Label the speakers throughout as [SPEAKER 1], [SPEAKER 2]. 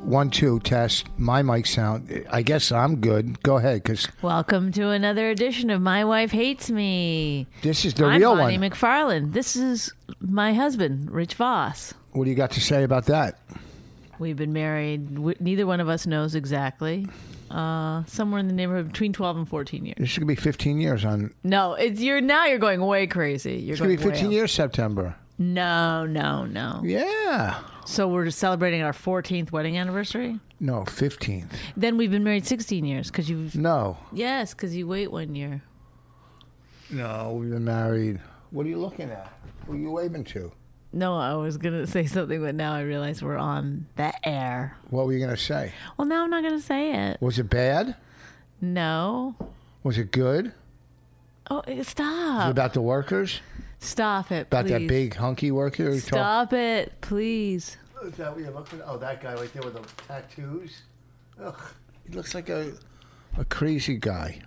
[SPEAKER 1] one, two, test my mic sound. I guess I'm good. Go ahead, because
[SPEAKER 2] Welcome to another edition of My Wife Hates Me.
[SPEAKER 1] this is the
[SPEAKER 2] I'm
[SPEAKER 1] real
[SPEAKER 2] Bonnie
[SPEAKER 1] one.
[SPEAKER 2] McFarland. This is my husband, Rich Voss.
[SPEAKER 1] what do you got to say about that?
[SPEAKER 2] We've been married. w- Neither one of us knows exactly. Uh, somewhere in the neighborhood between twelve and fourteen years.
[SPEAKER 1] This is going to be 15 years on.
[SPEAKER 2] No, it's you're now. You're going way crazy. You're
[SPEAKER 1] It's
[SPEAKER 2] going
[SPEAKER 1] going to be 15
[SPEAKER 2] way
[SPEAKER 1] years September.
[SPEAKER 2] up. No, no, no.
[SPEAKER 1] Yeah.
[SPEAKER 2] So we're just celebrating our fourteenth wedding anniversary.
[SPEAKER 1] No, 15th.
[SPEAKER 2] Then we've been married sixteen years because you.
[SPEAKER 1] No.
[SPEAKER 2] Yes, because you wait one year.
[SPEAKER 1] No, we've been married. What are you looking at? Who are you waving to?
[SPEAKER 2] No, I was gonna say something, but now I realize we're on the air.
[SPEAKER 1] What were you going to say?
[SPEAKER 2] Well, now I'm not gonna say it.
[SPEAKER 1] Was it bad?
[SPEAKER 2] No.
[SPEAKER 1] Was it good?
[SPEAKER 2] Oh, eh, stop.
[SPEAKER 1] about the workers?
[SPEAKER 2] Stop it.
[SPEAKER 1] About that
[SPEAKER 2] please.
[SPEAKER 1] big hunky worker? who talked-
[SPEAKER 2] Stop it, please.
[SPEAKER 1] Is that what you're looking? Oh, that guy right there with the tattoos. Ugh, he looks like a a crazy guy.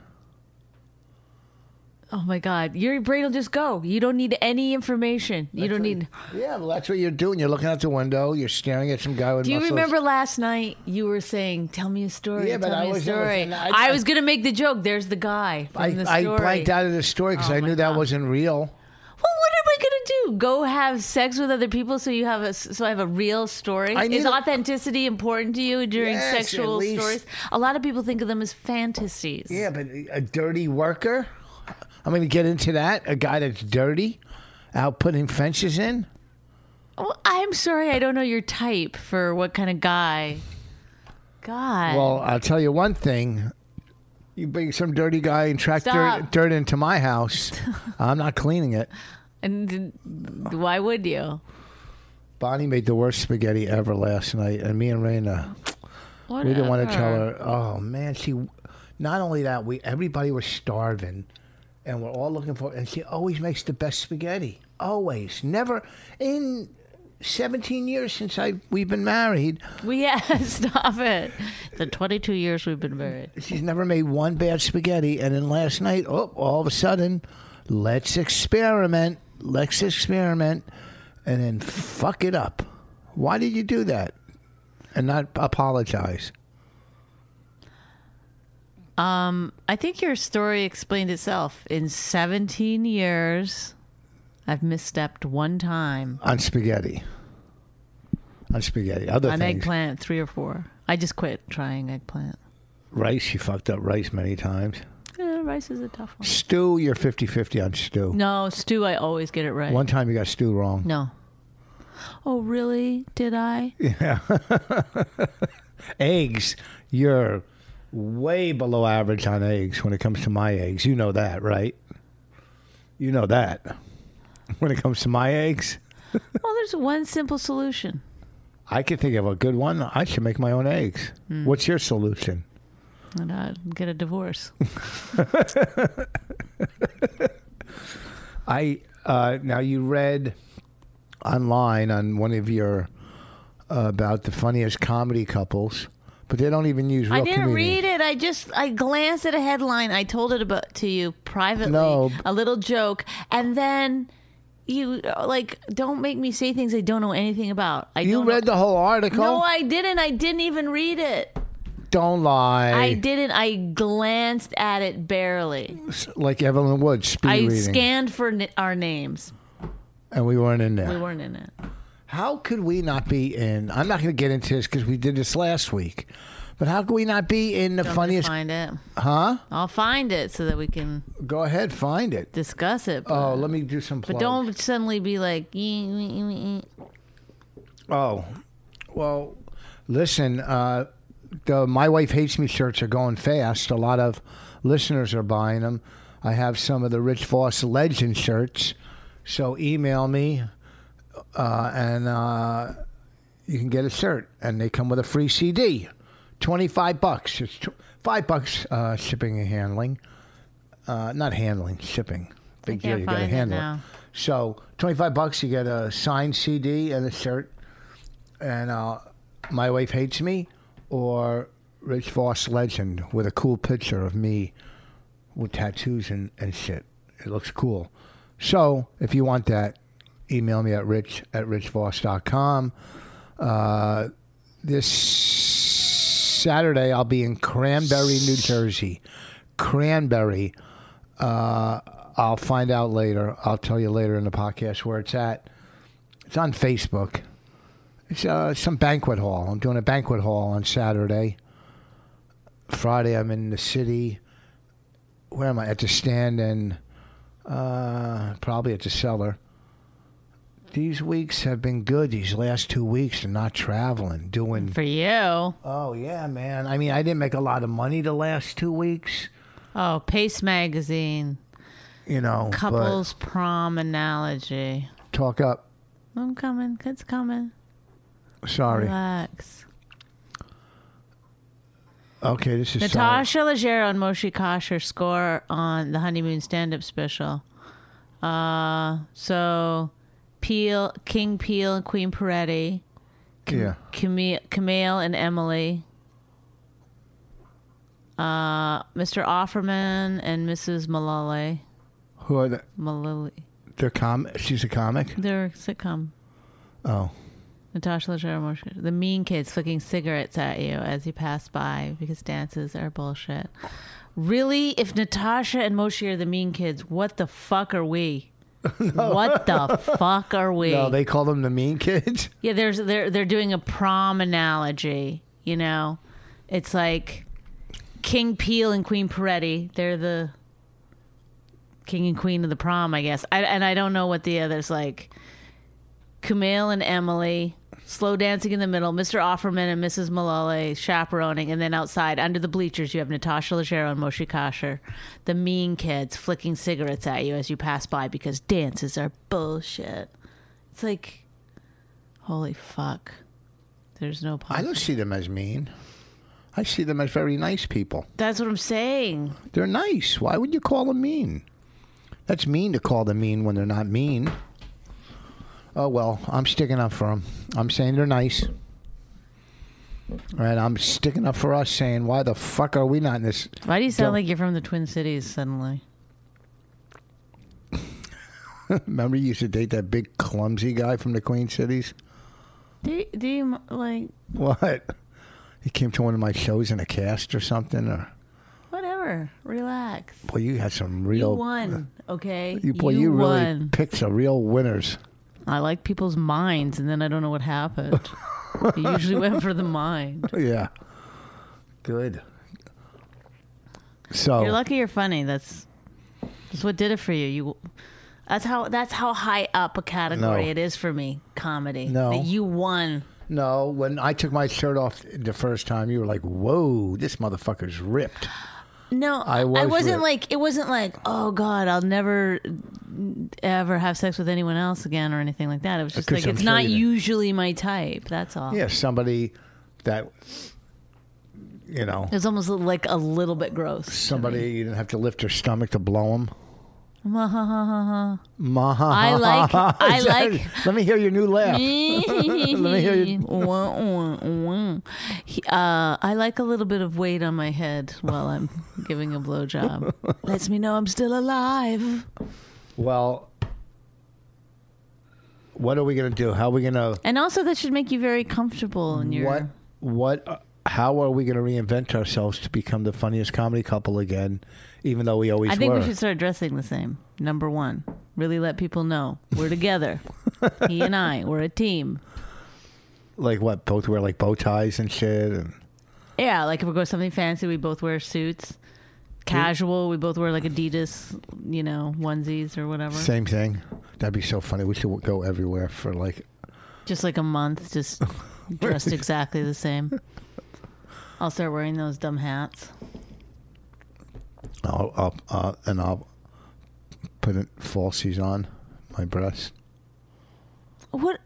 [SPEAKER 2] Oh my God. Your brain will just go. You don't need any information. You don't need.
[SPEAKER 1] Yeah, well, that's what you're doing. You're looking out the window. You're staring at some guy with.
[SPEAKER 2] Do you
[SPEAKER 1] muscles.
[SPEAKER 2] remember last night you were saying, "Tell me a story"?
[SPEAKER 1] Yeah, but
[SPEAKER 2] tell
[SPEAKER 1] I
[SPEAKER 2] me a
[SPEAKER 1] was- I was-
[SPEAKER 2] story.
[SPEAKER 1] and
[SPEAKER 2] I,
[SPEAKER 1] I-
[SPEAKER 2] was gonna make the joke. There's the guy from
[SPEAKER 1] I,
[SPEAKER 2] the
[SPEAKER 1] I
[SPEAKER 2] story.
[SPEAKER 1] blanked out of the story because
[SPEAKER 2] Oh,
[SPEAKER 1] I
[SPEAKER 2] my
[SPEAKER 1] knew that
[SPEAKER 2] God.
[SPEAKER 1] wasn't real.
[SPEAKER 2] Well, what am I gonna do? Go have sex with other people so you have a so I have a real story?
[SPEAKER 1] I
[SPEAKER 2] Is
[SPEAKER 1] need a-
[SPEAKER 2] authenticity important to you during
[SPEAKER 1] Yes, at
[SPEAKER 2] sexual
[SPEAKER 1] least.
[SPEAKER 2] stories? A lot of people think of them as fantasies.
[SPEAKER 1] Yeah, but a dirty worker. I'm going to get into that. A guy that's dirty, out putting fences in.
[SPEAKER 2] Well, I'm sorry, I don't know your type for what kind of guy. God.
[SPEAKER 1] Well, I'll tell you one thing. You bring some dirty guy and track dirt,
[SPEAKER 2] Stop.
[SPEAKER 1] dirt into my house. I'm not cleaning it.
[SPEAKER 2] and d- why would you?
[SPEAKER 1] Bonnie made the worst spaghetti ever last night, and me and Raina, we didn't want to tell her. Oh man, she. Not only that, we everybody was starving, and we're all looking for. And she always makes the best spaghetti. Always, never in seventeen years since I we've been married,
[SPEAKER 2] We yeah, stop it. The 22 years we've been married.
[SPEAKER 1] she's never made one bad spaghetti. And then last night, oh, all of a sudden, let's experiment. Let's experiment, and then fuck it up. Why did you do that? And not apologize.
[SPEAKER 2] Um, I think your story explained itself. In 17 years, I've misstepped one time
[SPEAKER 1] on spaghetti. On spaghetti. Other
[SPEAKER 2] on
[SPEAKER 1] things.
[SPEAKER 2] eggplant, three or four. I just quit trying eggplant.
[SPEAKER 1] Rice, you fucked up rice many times.
[SPEAKER 2] Eh, rice is a tough one.
[SPEAKER 1] Stew, you're 50 50 on stew.
[SPEAKER 2] No, stew, I always get it right.
[SPEAKER 1] One time you got stew wrong.
[SPEAKER 2] No. Oh, really? Did I?
[SPEAKER 1] Eggs, you're way below average on eggs when it comes to my eggs. You know that, right? You know that. When it comes to my eggs,
[SPEAKER 2] Well, there's one simple solution.
[SPEAKER 1] I could think of a good one. I should make my own eggs.
[SPEAKER 2] Hmm.
[SPEAKER 1] What's your solution?
[SPEAKER 2] and I'd get a divorce.
[SPEAKER 1] I uh, now you read online on one of your uh, about the funniest comedy couples, but they don't even use real.
[SPEAKER 2] I didn't
[SPEAKER 1] comedians.
[SPEAKER 2] read it. I just I glanced at a headline. I told it about to you privately,
[SPEAKER 1] No.
[SPEAKER 2] a little joke, and then you uh, like don't make me say things I don't know anything about. I
[SPEAKER 1] You
[SPEAKER 2] don't
[SPEAKER 1] read
[SPEAKER 2] know-
[SPEAKER 1] the whole article.
[SPEAKER 2] No, I didn't. I didn't even read it.
[SPEAKER 1] don't lie.
[SPEAKER 2] I didn't. I glanced at it barely.
[SPEAKER 1] like Evelyn Wood speed
[SPEAKER 2] I
[SPEAKER 1] reading,
[SPEAKER 2] scanned for n- our names.
[SPEAKER 1] and we weren't in there.
[SPEAKER 2] We weren't in it.
[SPEAKER 1] How could we not be in? I'm not going to get into this because we did this last week, But how can we not be in the
[SPEAKER 2] Don't you
[SPEAKER 1] funniest?
[SPEAKER 2] Find it.
[SPEAKER 1] Huh?
[SPEAKER 2] I'll find it so that we can
[SPEAKER 1] Go ahead, find it.
[SPEAKER 2] discuss it. But,
[SPEAKER 1] Oh, let me do some plugs.
[SPEAKER 2] but don't suddenly be like, "Yee, yee, yee, yee."
[SPEAKER 1] Oh, well, listen. Uh, the my wife hates me shirts are going fast. A lot of listeners are buying them. I have some of the Rich Voss Legend shirts. So email me, uh, and uh, you can get a shirt, and they come with a free CD, twenty five bucks. It's tw- five bucks uh, shipping and handling, uh, not handling shipping. Big deal.
[SPEAKER 2] can't
[SPEAKER 1] You got to
[SPEAKER 2] find it
[SPEAKER 1] handle it.
[SPEAKER 2] now.
[SPEAKER 1] So twenty five bucks, you get a signed CD and a shirt, and uh, my wife hates me, or Rich Voss Legend with a cool picture of me with tattoos and, and shit. It looks cool. So if you want that, email me at rich at richvoss.com. Uh, this Saturday, I'll be in Cranberry, New Jersey. Cranberry. Uh, I'll find out later. I'll tell you later in the podcast where it's at. It's on Facebook. It's uh, some banquet hall. I'm doing a banquet hall on Saturday. Friday, I'm in the city. Where am I? At the stand and uh, probably at the cellar. These weeks have been good. These last two weeks, and not traveling, doing
[SPEAKER 2] for you.
[SPEAKER 1] Oh yeah, man. I mean, I didn't make a lot of money the last two weeks.
[SPEAKER 2] Oh, Pace Magazine,
[SPEAKER 1] You know, but
[SPEAKER 2] couples prom analogy.
[SPEAKER 1] talk up.
[SPEAKER 2] I'm coming. It's coming.
[SPEAKER 1] Sorry.
[SPEAKER 2] Relax.
[SPEAKER 1] Okay, this is sorry.
[SPEAKER 2] Natasha Leggero and Moshe Kasher score on the honeymoon stand-up special. Uh, so Peel, King Peel, and Queen Peretti,
[SPEAKER 1] Yeah.
[SPEAKER 2] Camille, Camille and Emily, uh, Mr. Offerman and Mrs. Mullally.
[SPEAKER 1] Who are the?
[SPEAKER 2] Mullally.
[SPEAKER 1] They're com. She's a comic.
[SPEAKER 2] They're a sitcom.
[SPEAKER 1] Oh,
[SPEAKER 2] Natasha Leggero, and Moshe. The mean kids flicking cigarettes at you as you pass by because dances are bullshit. Really, if Natasha and Moshe are the mean kids, what the fuck are we? What the fuck are we?
[SPEAKER 1] no, they call them the mean kids.
[SPEAKER 2] Yeah, there's they're they're doing a prom analogy. You know, it's like King Peel and Queen Peretti. They're the king and queen of the prom, I guess. I, and I don't know what the others like. Kumail and Emily, slow dancing in the middle. Mr. Offerman and Mrs. Mullally chaperoning, and then outside under the bleachers, you have Natasha Leggero and Moshe Kasher, the mean kids flicking cigarettes at you as you pass by because dances are bullshit. It's like. Holy fuck. There's no
[SPEAKER 1] I
[SPEAKER 2] possible.
[SPEAKER 1] don't see them as mean. I see them as very nice people.
[SPEAKER 2] That's what I'm saying.
[SPEAKER 1] They're nice. Why would you call them mean? That's mean to call them mean when they're not mean. Oh well, I'm sticking up for them. I'm saying they're nice. And I'm sticking up for us saying why the fuck are we not in this
[SPEAKER 2] Why do you sound
[SPEAKER 1] Don't-
[SPEAKER 2] like you're from the Twin Cities suddenly?
[SPEAKER 1] remember you used to date that big clumsy guy from the Queen Cities?
[SPEAKER 2] Do, do you like
[SPEAKER 1] What? He came to one of my shows in a cast or something or
[SPEAKER 2] whatever? Relax.
[SPEAKER 1] boy you had some
[SPEAKER 2] You
[SPEAKER 1] real
[SPEAKER 2] won. Okay.
[SPEAKER 1] uh, You boy you, really
[SPEAKER 2] won.
[SPEAKER 1] picked some real winners.
[SPEAKER 2] I like people's minds, and then I don't know what happened. I usually went for the mind.
[SPEAKER 1] Yeah. Good. So
[SPEAKER 2] You're lucky. You're funny. That's that's what did it for you. You. That's how. That's how high up a category
[SPEAKER 1] No.
[SPEAKER 2] it is for me. Comedy.
[SPEAKER 1] No.
[SPEAKER 2] That you won.
[SPEAKER 1] No, when I took my shirt off the first time, you were like, "Whoa, this motherfucker's ripped."
[SPEAKER 2] No,
[SPEAKER 1] I
[SPEAKER 2] I,
[SPEAKER 1] was
[SPEAKER 2] wasn't
[SPEAKER 1] with-
[SPEAKER 2] like it wasn't like oh god, I'll never ever have sex with anyone else again or anything like that. It was just
[SPEAKER 1] Because
[SPEAKER 2] like
[SPEAKER 1] Uh, I'm
[SPEAKER 2] it's
[SPEAKER 1] sure
[SPEAKER 2] not
[SPEAKER 1] you didn't.
[SPEAKER 2] usually my type. That's all.
[SPEAKER 1] Yeah, somebody that you know,
[SPEAKER 2] It was almost like a little bit gross.
[SPEAKER 1] somebody you didn't have to lift their stomach to blow them.
[SPEAKER 2] I
[SPEAKER 1] I
[SPEAKER 2] like- I like-
[SPEAKER 1] Let me hear your new laugh. me hear you.
[SPEAKER 2] Wah, wah, wah. He- uh, I like a little bit of weight on my head while I'm giving a blowjob. Lets me know I'm still alive.
[SPEAKER 1] Well, what are we gonna do? How are we gonna
[SPEAKER 2] And also, that should make you very comfortable in your.
[SPEAKER 1] what what? uh, How are we going to reinvent ourselves to become the funniest comedy couple again? Even though we always
[SPEAKER 2] I think
[SPEAKER 1] were.
[SPEAKER 2] we should start dressing the same. Number one, really let people know we're together. he and I, we're a team. Uh-huh.
[SPEAKER 1] like what? Both wear like bow ties and shit, and
[SPEAKER 2] Yeah, like if we go something fancy, we both wear suits. Casual, we both wear like Adidas, you know, onesies or whatever.
[SPEAKER 1] Same thing. That'd be so funny. We should go everywhere for like.
[SPEAKER 2] Just like a month, just dressed exactly the same. I'll start wearing those dumb hats.
[SPEAKER 1] I'll, I'll uh, and I'll put it- falsies on my breast.
[SPEAKER 2] What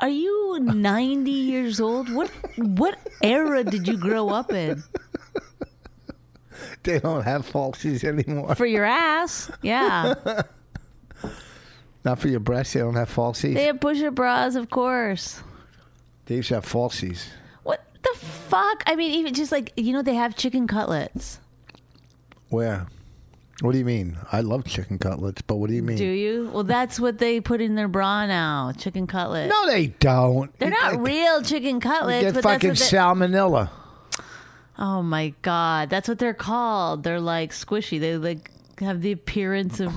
[SPEAKER 2] are you 90 years old? What what era did you grow up in?
[SPEAKER 1] They don't have falsies anymore.
[SPEAKER 2] For your ass. Yeah.
[SPEAKER 1] Not for your breasts. They don't have falsies.
[SPEAKER 2] They
[SPEAKER 1] They,
[SPEAKER 2] have pusher bras, of course.
[SPEAKER 1] used to have falsies.
[SPEAKER 2] What the fuck? I mean, even just like, you know, they have chicken cutlets.
[SPEAKER 1] Where? What do you mean? I love chicken cutlets, but what do you mean?
[SPEAKER 2] Do you? Well, that's what they put in their bra now chicken cutlets.
[SPEAKER 1] no, they don't.
[SPEAKER 2] They're
[SPEAKER 1] You
[SPEAKER 2] not
[SPEAKER 1] get-
[SPEAKER 2] real chicken
[SPEAKER 1] You
[SPEAKER 2] cutlets,
[SPEAKER 1] get
[SPEAKER 2] but
[SPEAKER 1] fucking
[SPEAKER 2] that's what they-
[SPEAKER 1] salmonella.
[SPEAKER 2] Oh my god, that's what they're called. They're like squishy. They like have the appearance of.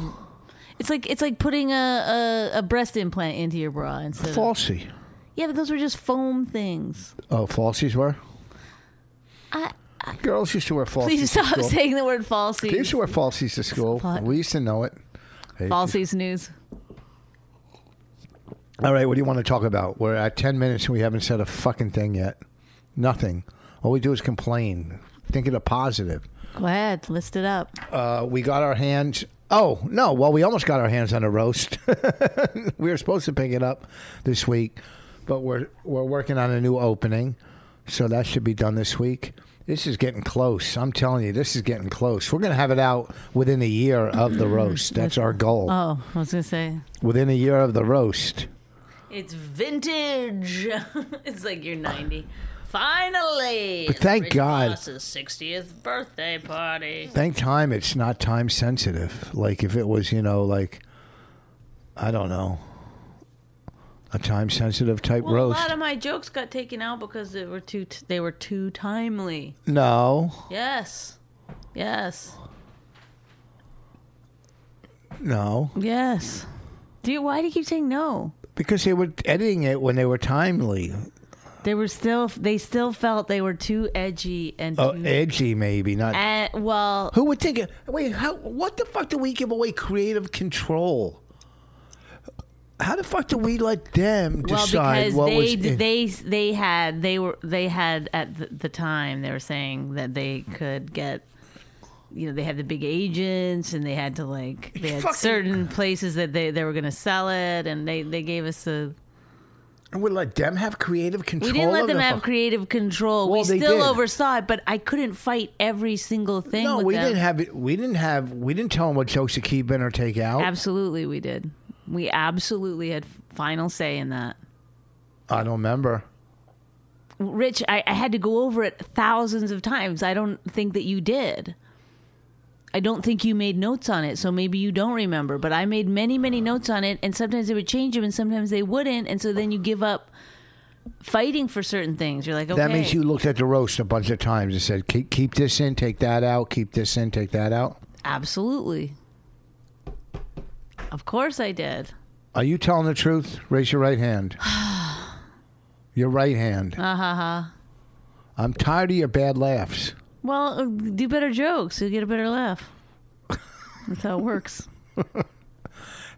[SPEAKER 2] It's like it's like putting a a, a breast implant into your bra instead. of-
[SPEAKER 1] Falsy.
[SPEAKER 2] yeah, but those were just foam things.
[SPEAKER 1] Oh, falsies were?
[SPEAKER 2] I,
[SPEAKER 1] Girls used to wear falsies.
[SPEAKER 2] please
[SPEAKER 1] to
[SPEAKER 2] stop
[SPEAKER 1] school.
[SPEAKER 2] saying the word
[SPEAKER 1] They used
[SPEAKER 2] falsies.
[SPEAKER 1] to wear falsies to school.
[SPEAKER 2] Fal-
[SPEAKER 1] We used to know it. Hey,
[SPEAKER 2] Falsies news.
[SPEAKER 1] All right, what do you want to talk about? We're at 10 minutes and we haven't said a fucking thing yet. Nothing. All we do is complain. Think of the positive.
[SPEAKER 2] Go ahead, list it up.
[SPEAKER 1] Uh, we got our hands. Oh, no. Well, we almost got our hands on a roast. we were supposed to pick it up this week, but we're, we're working on a new opening. So that should be done this week. This is getting close. I'm telling you, this is getting close. We're going to have it out within a year of the roast. That's our goal.
[SPEAKER 2] Oh, I was gonna say
[SPEAKER 1] within a year of the roast.
[SPEAKER 2] it's vintage. it's like you're ninety. Finally,
[SPEAKER 1] But thank Rick God. Ross's
[SPEAKER 2] sixtieth birthday party.
[SPEAKER 1] Thank time it's not time sensitive. Like if it was, you know, like I don't know, a time sensitive type
[SPEAKER 2] Well,
[SPEAKER 1] roast.
[SPEAKER 2] a lot of my jokes got taken out because they were too t- they were too timely.
[SPEAKER 1] no,
[SPEAKER 2] Yes, yes,
[SPEAKER 1] no,
[SPEAKER 2] yes. Do you, why do you keep saying no?
[SPEAKER 1] because they were editing it when they were timely. Uh,
[SPEAKER 2] They were still they still felt they were too edgy and
[SPEAKER 1] Oh,
[SPEAKER 2] too,
[SPEAKER 1] edgy maybe not.
[SPEAKER 2] Mm-hmm. and well
[SPEAKER 1] Who would think? It, wait, how? What the fuck do we give away creative control? How the fuck do we let them
[SPEAKER 2] well
[SPEAKER 1] decide
[SPEAKER 2] because
[SPEAKER 1] what
[SPEAKER 2] they
[SPEAKER 1] was? in-
[SPEAKER 2] they they had they were they had at the, the time they were saying that they could get you know they had the big agents and they had to like they had
[SPEAKER 1] Fucking-
[SPEAKER 2] certain places that they, they were going to sell it and they, they gave us the
[SPEAKER 1] we let them have creative control.
[SPEAKER 2] We didn't let
[SPEAKER 1] of
[SPEAKER 2] them
[SPEAKER 1] the
[SPEAKER 2] have
[SPEAKER 1] fuck-
[SPEAKER 2] creative control.
[SPEAKER 1] Well,
[SPEAKER 2] we
[SPEAKER 1] they
[SPEAKER 2] still
[SPEAKER 1] did.
[SPEAKER 2] oversaw it, but I couldn't fight every single thing.
[SPEAKER 1] No,
[SPEAKER 2] with
[SPEAKER 1] we
[SPEAKER 2] them.
[SPEAKER 1] didn't have it. We didn't have. We didn't tell them what jokes to keep in or take out.
[SPEAKER 2] Absolutely, we did. We absolutely had final say in that.
[SPEAKER 1] I don't remember.
[SPEAKER 2] Rich, I, I had to go over it thousands of times. I don't think that you did. I don't think you made notes on it, so maybe you don't remember. But I made many, many notes on it, and sometimes they would change them, and sometimes they wouldn't, and so then you give up fighting for certain things. You're like, okay,
[SPEAKER 1] That means you looked at the roast a bunch of times and said, "Keep keep this in, take that out. Keep this in, take that out."
[SPEAKER 2] Absolutely. Of course I did.
[SPEAKER 1] Are you telling the truth? Raise your right hand. your right hand. Uh huh. I'm tired of your bad laughs.
[SPEAKER 2] Well, uh, do better jokes. You'll get a better laugh. That's how it works.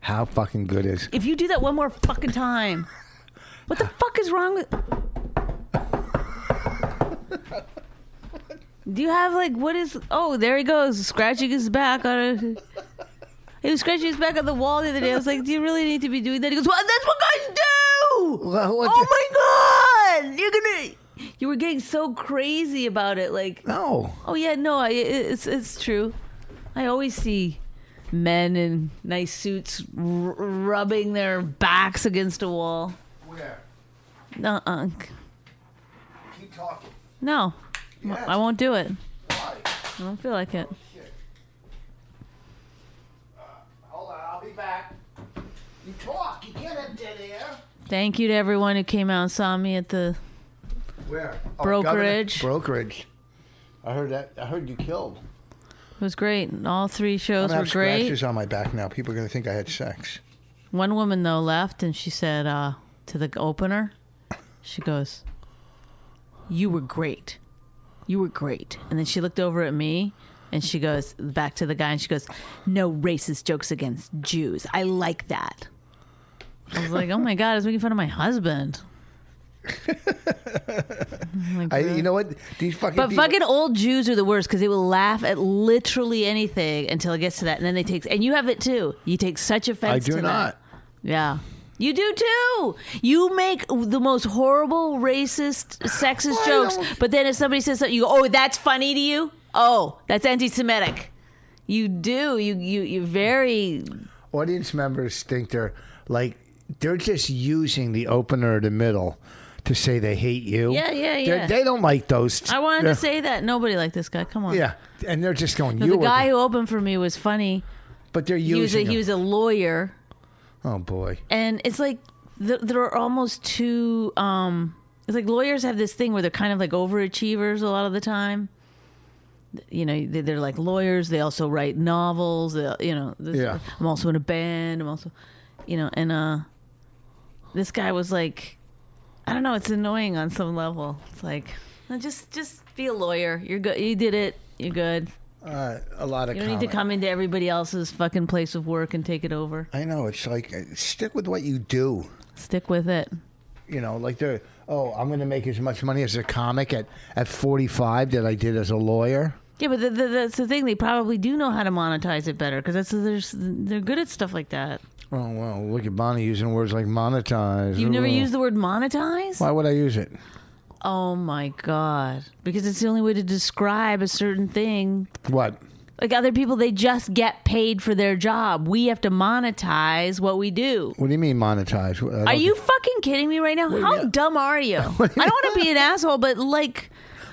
[SPEAKER 1] How fucking good is?
[SPEAKER 2] If you do that one more fucking time, what the fuck is wrong with. Do you have like what is? Oh, there he goes, scratching his back on a. He was scratching his back on the wall the other day. I was like, "Do you really need to be doing that?" He goes, "Well, that's what guys do."
[SPEAKER 1] Well, what the-
[SPEAKER 2] oh my god, you're gonna. You were getting so crazy about it, like
[SPEAKER 1] No,
[SPEAKER 2] Oh yeah, no, I, it's it's true. I always see men in nice suits r- rubbing their backs against a wall.
[SPEAKER 1] Where?
[SPEAKER 2] No, uh,
[SPEAKER 1] Keep talking.
[SPEAKER 2] no,
[SPEAKER 1] Yes.
[SPEAKER 2] I won't do it.
[SPEAKER 1] Why?
[SPEAKER 2] I don't feel like it.
[SPEAKER 1] Hold on, I'll be back. You talk. You get up dead air.
[SPEAKER 2] Thank you to everyone who came out and saw me at the.
[SPEAKER 1] Where? Oh,
[SPEAKER 2] Brokerage.
[SPEAKER 1] governor- brokerage. I heard that. I heard you killed.
[SPEAKER 2] It was great. All three shows
[SPEAKER 1] I
[SPEAKER 2] were
[SPEAKER 1] have
[SPEAKER 2] great.
[SPEAKER 1] scratches on my back now. People are going to think I had sex.
[SPEAKER 2] One woman though left, and she said uh, to the opener, she goes, "You were great. you were great. And then she looked over at me and she goes back to the guy and she goes, no racist jokes against Jews. I like that. I was like, oh my God, I was making fun of my husband.
[SPEAKER 1] I, you know what? These fucking
[SPEAKER 2] But
[SPEAKER 1] people-
[SPEAKER 2] fucking old Jews are the worst because they will laugh at literally anything until it gets to that, and then they take. And you have it too. You take such
[SPEAKER 1] I
[SPEAKER 2] offense.
[SPEAKER 1] do
[SPEAKER 2] to
[SPEAKER 1] not.
[SPEAKER 2] That. Yeah, you do too. You make the most horrible racist, sexist
[SPEAKER 1] I
[SPEAKER 2] jokes,
[SPEAKER 1] don't-
[SPEAKER 2] but then if somebody says something, you go, "Oh, that's funny to you. Oh, that's anti-Semitic." You do. You you you very
[SPEAKER 1] Audience members think they're like they're just using the opener or the middle to say they hate you.
[SPEAKER 2] Yeah, yeah,
[SPEAKER 1] They're-
[SPEAKER 2] yeah.
[SPEAKER 1] They don't like those.
[SPEAKER 2] I wanted
[SPEAKER 1] yeah.
[SPEAKER 2] to say that nobody liked this guy. Come on.
[SPEAKER 1] Yeah, and they're just going.
[SPEAKER 2] No,
[SPEAKER 1] you
[SPEAKER 2] the
[SPEAKER 1] were
[SPEAKER 2] guy who opened for me was funny.
[SPEAKER 1] but they're
[SPEAKER 2] He was a,
[SPEAKER 1] using.
[SPEAKER 2] he was
[SPEAKER 1] them.
[SPEAKER 2] a lawyer.
[SPEAKER 1] oh boy.
[SPEAKER 2] and it's like th- there are almost two um it's like lawyers have this thing where they're kind of like overachievers a lot of the time you know they- they're like lawyers they also write novels they- you know this,
[SPEAKER 1] Yeah.
[SPEAKER 2] i'm also in a band i'm also you know and uh this guy was like i don't know it's annoying on some level it's like no, just just be a lawyer you're good you did it you're good
[SPEAKER 1] Uh, a lot of.
[SPEAKER 2] you don't need to come into everybody else's fucking place of work and take it over
[SPEAKER 1] I know. It's like uh, stick with what you do.
[SPEAKER 2] stick with it
[SPEAKER 1] You know, like they're. Oh, I'm going to make as much money as a comic at at 45 that I did as a lawyer.
[SPEAKER 2] Yeah, but the, the, that's the thing. They probably do know how to monetize it better because that's they're, they're good at stuff like that.
[SPEAKER 1] Oh well, look at Bonnie using words like monetize.
[SPEAKER 2] You've never
[SPEAKER 1] Ooh.
[SPEAKER 2] used the word monetize?
[SPEAKER 1] Why would I use it?
[SPEAKER 2] Oh my god! Because it's the only way to describe a certain thing.
[SPEAKER 1] What?
[SPEAKER 2] Like other people, they just get paid for their job. We have to monetize what we do.
[SPEAKER 1] What do you mean monetize? Uh, I don't
[SPEAKER 2] Are you fucking kidding me right now? How
[SPEAKER 1] yeah.
[SPEAKER 2] dumb are you? I don't want to be an asshole, but like.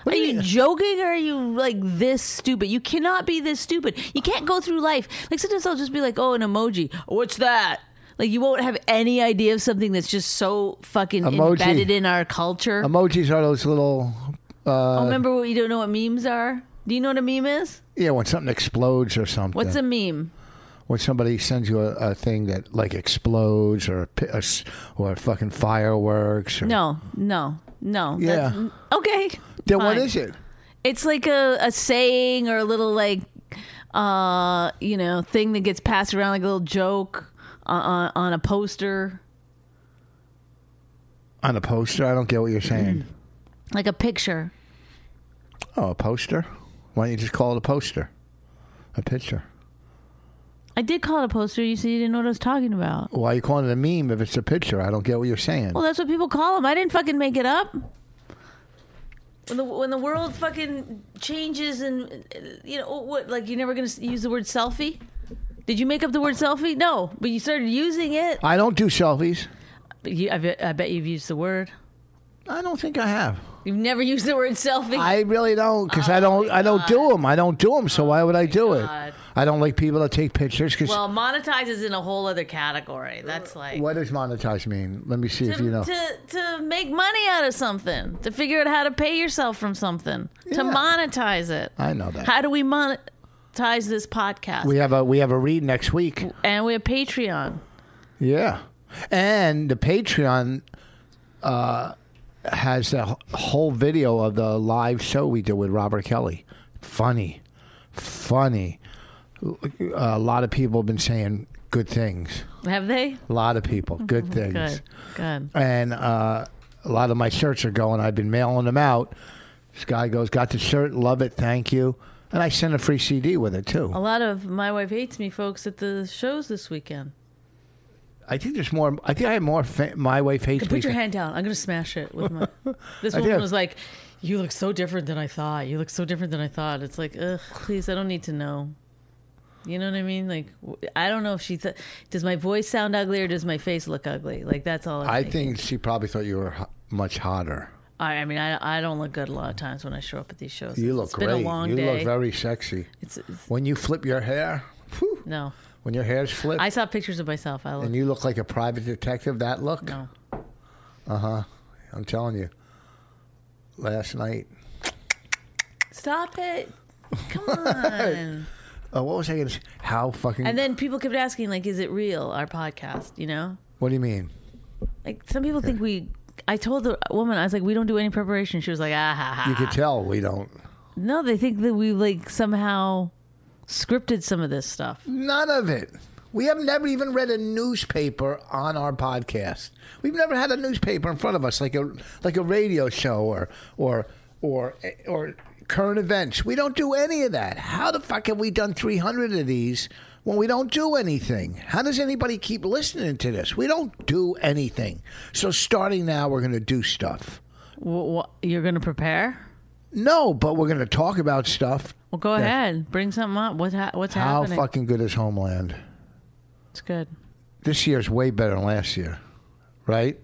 [SPEAKER 2] Are
[SPEAKER 1] do
[SPEAKER 2] you
[SPEAKER 1] you-
[SPEAKER 2] joking or are you like this stupid? You cannot be this stupid. You can't go through life. Like sometimes I'll just be like, oh, an emoji. What's that? Like you won't have any idea of something that's just so fucking
[SPEAKER 1] Emoji.
[SPEAKER 2] embedded in our culture.
[SPEAKER 1] Emojis are those little. uh,
[SPEAKER 2] oh, remember what you don't know what memes are? Do you know what a meme is?
[SPEAKER 1] Yeah, when something explodes or something.
[SPEAKER 2] What's a meme?
[SPEAKER 1] when somebody sends you a, a thing that like explodes or a, pi- a s- or fucking fireworks. Or,
[SPEAKER 2] No, no, no.
[SPEAKER 1] Yeah.
[SPEAKER 2] That's- Okay.
[SPEAKER 1] Then what
[SPEAKER 2] fine.
[SPEAKER 1] is it?
[SPEAKER 2] it's like a, a saying or a little like uh you know thing that gets passed around like a little joke on, on a poster
[SPEAKER 1] On a poster? I don't get what you're
[SPEAKER 2] Mm.
[SPEAKER 1] saying.
[SPEAKER 2] like a picture
[SPEAKER 1] oh, a poster? Why don't you just call it a poster? A picture.
[SPEAKER 2] i did call it a poster you said you didn't know what i was talking about
[SPEAKER 1] Why are you calling it a meme if it's a picture? I don't get what you're saying.
[SPEAKER 2] well that's what people call them i didn't fucking make it up when the, when the world fucking changes and uh, you know what like you're never gonna s- use the word selfie did you make up the word selfie no but you started using it
[SPEAKER 1] I don't do selfies.
[SPEAKER 2] But you, I, bet- I bet you've used the word
[SPEAKER 1] I don't think I have.
[SPEAKER 2] you've never used the word selfie
[SPEAKER 1] I really don't because
[SPEAKER 2] Oh
[SPEAKER 1] I don't. I don't do them. I don't do them. So why would I do
[SPEAKER 2] God.
[SPEAKER 1] it? I don't like people that take pictures. Because
[SPEAKER 2] Well, monetize is in a whole other category. That's like
[SPEAKER 1] Uh, what does monetize mean? Let me see if
[SPEAKER 2] to,
[SPEAKER 1] you know.
[SPEAKER 2] to to make money out of something, to figure out how to pay yourself from something, to
[SPEAKER 1] Yeah.
[SPEAKER 2] monetize it.
[SPEAKER 1] I know that.
[SPEAKER 2] How do we monetize this podcast?
[SPEAKER 1] We have a we have a read next week.
[SPEAKER 2] and we have Patreon.
[SPEAKER 1] Yeah, and the Patreon uh, has a wh- whole video of the live show we did with Robert Kelly. Funny, funny. Uh, A lot of people have been saying good things.
[SPEAKER 2] Have they?
[SPEAKER 1] A lot of people, good things.
[SPEAKER 2] Mm-hmm. Good. Good.
[SPEAKER 1] and uh, a lot of my shirts are going. I've been mailing them out. This guy goes, got the shirt, love it, thank you, and I sent a free CD with it
[SPEAKER 2] A
[SPEAKER 1] too.
[SPEAKER 2] lot of my wife hates me folks at the shows this weekend.
[SPEAKER 1] I think there's more. I think I have more. Fa- my wife hates me.
[SPEAKER 2] Put your hand down. I'm gonna smash it with my. This
[SPEAKER 1] I
[SPEAKER 2] woman
[SPEAKER 1] did.
[SPEAKER 2] was like, "You look so different than I thought. You look so different than I thought." It's like, ugh, please, I don't need to know. You know what I mean? Like, w- I don't know if she th- does. My voice sound ugly, or does my face look ugly? Like that's all. I'm
[SPEAKER 1] I
[SPEAKER 2] thinking.
[SPEAKER 1] think she probably thought you were ho- much hotter.
[SPEAKER 2] I, I mean, I, I don't look good a lot of times when I show up at these shows.
[SPEAKER 1] You look
[SPEAKER 2] It's
[SPEAKER 1] great.
[SPEAKER 2] been a long
[SPEAKER 1] you
[SPEAKER 2] day.
[SPEAKER 1] look very sexy.
[SPEAKER 2] It's- it's-
[SPEAKER 1] When you flip your hair, whew,
[SPEAKER 2] no,
[SPEAKER 1] when your hair's flipped,
[SPEAKER 2] I saw pictures of myself. I
[SPEAKER 1] and
[SPEAKER 2] look.
[SPEAKER 1] you look like a private detective. That look.
[SPEAKER 2] No.
[SPEAKER 1] I'm telling you. Last night,
[SPEAKER 2] Stop it. Come on.
[SPEAKER 1] oh, what was I going to say? How fucking?
[SPEAKER 2] and then people kept asking, like, is it real, our podcast, you know?
[SPEAKER 1] what do you mean?
[SPEAKER 2] Like some people think we I told the woman, I was like, we don't do any preparation. She was like, ah, ha, ha.
[SPEAKER 1] You could tell we don't.
[SPEAKER 2] No, they think that we like somehow scripted some of this stuff.
[SPEAKER 1] None of it. We have never even read a newspaper on our podcast. We've never had a newspaper in front of us, like a like a radio show or or or or current events. We don't do any of that. How the fuck have we done three hundred of these when we don't do anything? How does anybody keep listening to this? We don't do anything. So starting now, we're going to do stuff.
[SPEAKER 2] Wh- wh- you're going to prepare?
[SPEAKER 1] No, but we're going to talk about stuff.
[SPEAKER 2] Well, go
[SPEAKER 1] that-
[SPEAKER 2] ahead. Bring something up. What's ha- what's
[SPEAKER 1] How
[SPEAKER 2] happening?
[SPEAKER 1] fucking good is Homeland?
[SPEAKER 2] It's good.
[SPEAKER 1] This year's way better than last year, right?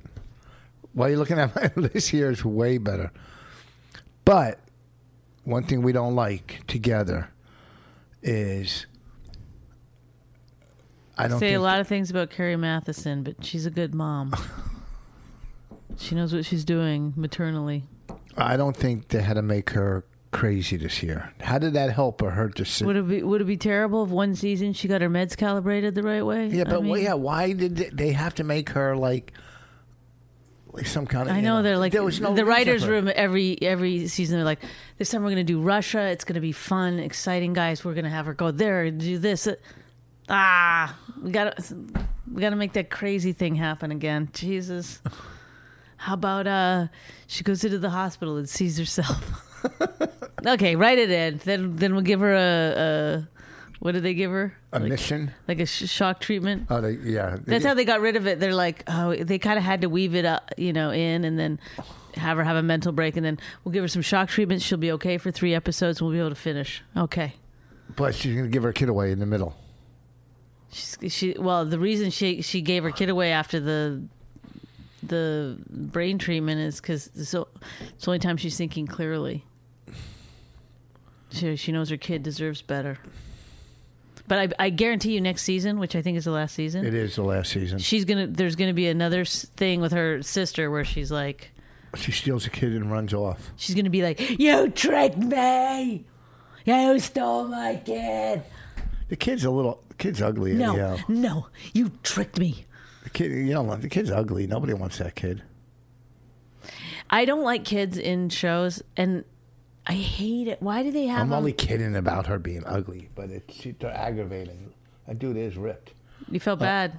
[SPEAKER 1] Why are you looking at my? This year's way better. But one thing we don't like together is I don't
[SPEAKER 2] Say
[SPEAKER 1] think
[SPEAKER 2] a lot of things about Carrie Matheson, but she's a good mom. she knows what she's doing maternally.
[SPEAKER 1] I don't think they had to make her crazy this year. How did that help or hurt the city?
[SPEAKER 2] Would it be would it be terrible if one season she got her meds calibrated the right way?
[SPEAKER 1] Yeah,
[SPEAKER 2] I
[SPEAKER 1] but well,
[SPEAKER 2] mean,
[SPEAKER 1] yeah, why did they, they have to make her like, like some kind of?
[SPEAKER 2] I
[SPEAKER 1] you
[SPEAKER 2] know they're like
[SPEAKER 1] there was no
[SPEAKER 2] the
[SPEAKER 1] reason
[SPEAKER 2] writers'
[SPEAKER 1] for it.
[SPEAKER 2] room every every season. They're like, this time we're going to do Russia. It's going to be fun, exciting, guys. We're going to have her go there and do this. uh, Ah, we got to we got to make that crazy thing happen again. Jesus, how about uh, she goes into the hospital and sees herself. okay, write it in. Then then we'll give her a, a what did they give her?
[SPEAKER 1] A
[SPEAKER 2] like,
[SPEAKER 1] mission?
[SPEAKER 2] like a sh- shock treatment.
[SPEAKER 1] Oh, they, yeah.
[SPEAKER 2] That's how they got rid of it. They're like, oh, they kind of had to weave it up, you know, in and then have her have a mental break, and then we'll give her some shock treatment. She'll be okay for three episodes. and We'll be able to finish. Okay.
[SPEAKER 1] But she's gonna give her kid away in the middle.
[SPEAKER 2] She's, she well, the reason she she gave her kid away after the the brain treatment is because so it's the only time she's thinking clearly. She she knows her kid deserves better. But I, I guarantee you, next season, which I think is the last season,
[SPEAKER 1] It is the last season.
[SPEAKER 2] she's gonna there's gonna be another s- thing with her sister where she's like
[SPEAKER 1] She steals a kid and runs off.
[SPEAKER 2] she's gonna be like you tricked me you stole my kid
[SPEAKER 1] The kid's a little. The kid's ugly.
[SPEAKER 2] no
[SPEAKER 1] anyhow.
[SPEAKER 2] no you tricked me
[SPEAKER 1] The kid. You don't want the kid's ugly. Nobody wants that kid.
[SPEAKER 2] i don't like kids in shows and i hate it why do they have
[SPEAKER 1] I'm
[SPEAKER 2] them?
[SPEAKER 1] only kidding about her being ugly, but it's she- they're aggravating. That dude is ripped.
[SPEAKER 2] you
[SPEAKER 1] uh,
[SPEAKER 2] felt bad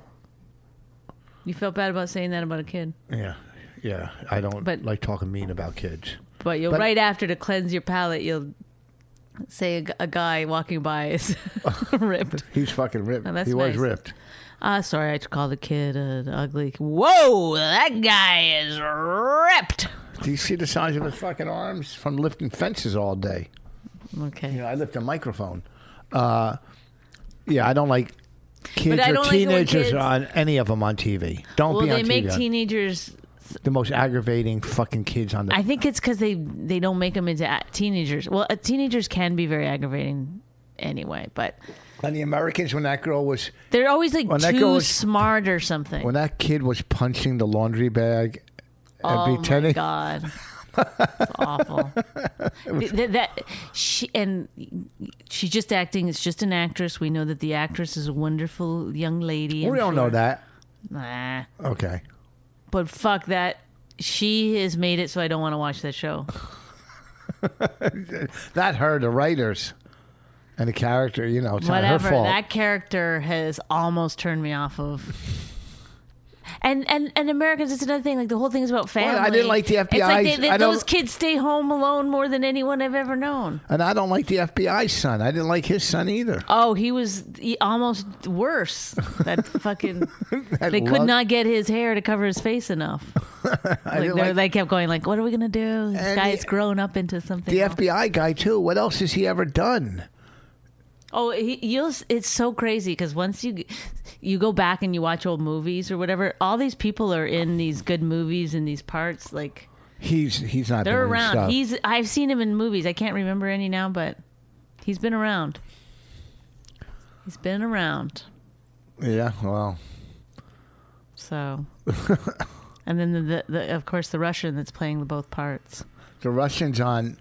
[SPEAKER 2] you felt bad about saying that about a kid
[SPEAKER 1] Yeah, yeah. I don't
[SPEAKER 2] But-
[SPEAKER 1] like talking mean about kids.
[SPEAKER 2] but you'll
[SPEAKER 1] But-
[SPEAKER 2] right after to cleanse your palate you'll say a, g- a guy walking by is ripped
[SPEAKER 1] He's fucking ripped.
[SPEAKER 2] Oh, that's
[SPEAKER 1] he was
[SPEAKER 2] nice.
[SPEAKER 1] ripped.
[SPEAKER 2] Uh, sorry, I called the kid an ugly. Whoa, that guy is ripped.
[SPEAKER 1] Do you see the size of his fucking arms from lifting fences all day?
[SPEAKER 2] Okay.
[SPEAKER 1] You know, I lift a microphone. Uh, yeah, I don't like kids
[SPEAKER 2] I
[SPEAKER 1] or
[SPEAKER 2] don't like it when
[SPEAKER 1] teenagers
[SPEAKER 2] kids-
[SPEAKER 1] on any of them on TV. Don't
[SPEAKER 2] well,
[SPEAKER 1] be on
[SPEAKER 2] they make
[SPEAKER 1] TV.
[SPEAKER 2] teenagers.
[SPEAKER 1] the most aggravating fucking kids on the.
[SPEAKER 2] I think it's because they they don't make them into a- teenagers. Well, uh, teenagers can be very aggravating anyway, but
[SPEAKER 1] and the Americans when that girl was
[SPEAKER 2] they're always like
[SPEAKER 1] When that
[SPEAKER 2] too
[SPEAKER 1] girl was-
[SPEAKER 2] smart or something.
[SPEAKER 1] when that kid was punching the laundry bag and
[SPEAKER 2] oh my
[SPEAKER 1] pretending.
[SPEAKER 2] god, it's awful. Th- th- that she and she's just acting. It's just an actress. We know that the actress is a wonderful young lady.
[SPEAKER 1] We don't know that.
[SPEAKER 2] Nah.
[SPEAKER 1] Okay.
[SPEAKER 2] But fuck that. She has made it so I don't want to watch that show.
[SPEAKER 1] That her, the writers, and the character. You know, it's not her
[SPEAKER 2] Whatever.
[SPEAKER 1] fault.
[SPEAKER 2] That character has almost turned me off of. And, and and Americans, it's another thing. Like the whole thing is about family.
[SPEAKER 1] Well, I didn't like the
[SPEAKER 2] It's like they,
[SPEAKER 1] FBI's
[SPEAKER 2] they-
[SPEAKER 1] I don't-
[SPEAKER 2] those kids stay home alone more than anyone I've ever known.
[SPEAKER 1] and I don't like the FBI son. I didn't like his son either.
[SPEAKER 2] Oh, he was he, almost worse. That fucking
[SPEAKER 1] That
[SPEAKER 2] they could
[SPEAKER 1] lug-
[SPEAKER 2] not get his hair to cover his face enough.
[SPEAKER 1] I
[SPEAKER 2] Like,
[SPEAKER 1] didn't
[SPEAKER 2] they're-
[SPEAKER 1] like-
[SPEAKER 2] they kept going like, "What are we gonna do? This
[SPEAKER 1] And
[SPEAKER 2] guy
[SPEAKER 1] the-
[SPEAKER 2] has grown up into something."
[SPEAKER 1] the
[SPEAKER 2] else.
[SPEAKER 1] FBI guy too. What else has he ever done?
[SPEAKER 2] Oh, he, you'll. It's so crazy because once you you go back and you watch old movies or whatever, all these people are in these good movies and these parts. Like
[SPEAKER 1] He's he's not.
[SPEAKER 2] they're
[SPEAKER 1] doing
[SPEAKER 2] around.
[SPEAKER 1] Stuff.
[SPEAKER 2] He's. I've seen him in movies. I can't remember any now, but he's been around. He's been around.
[SPEAKER 1] yeah. Well,
[SPEAKER 2] So, and then the, the, the of course the Russian that's playing the both parts.
[SPEAKER 1] the Russians on.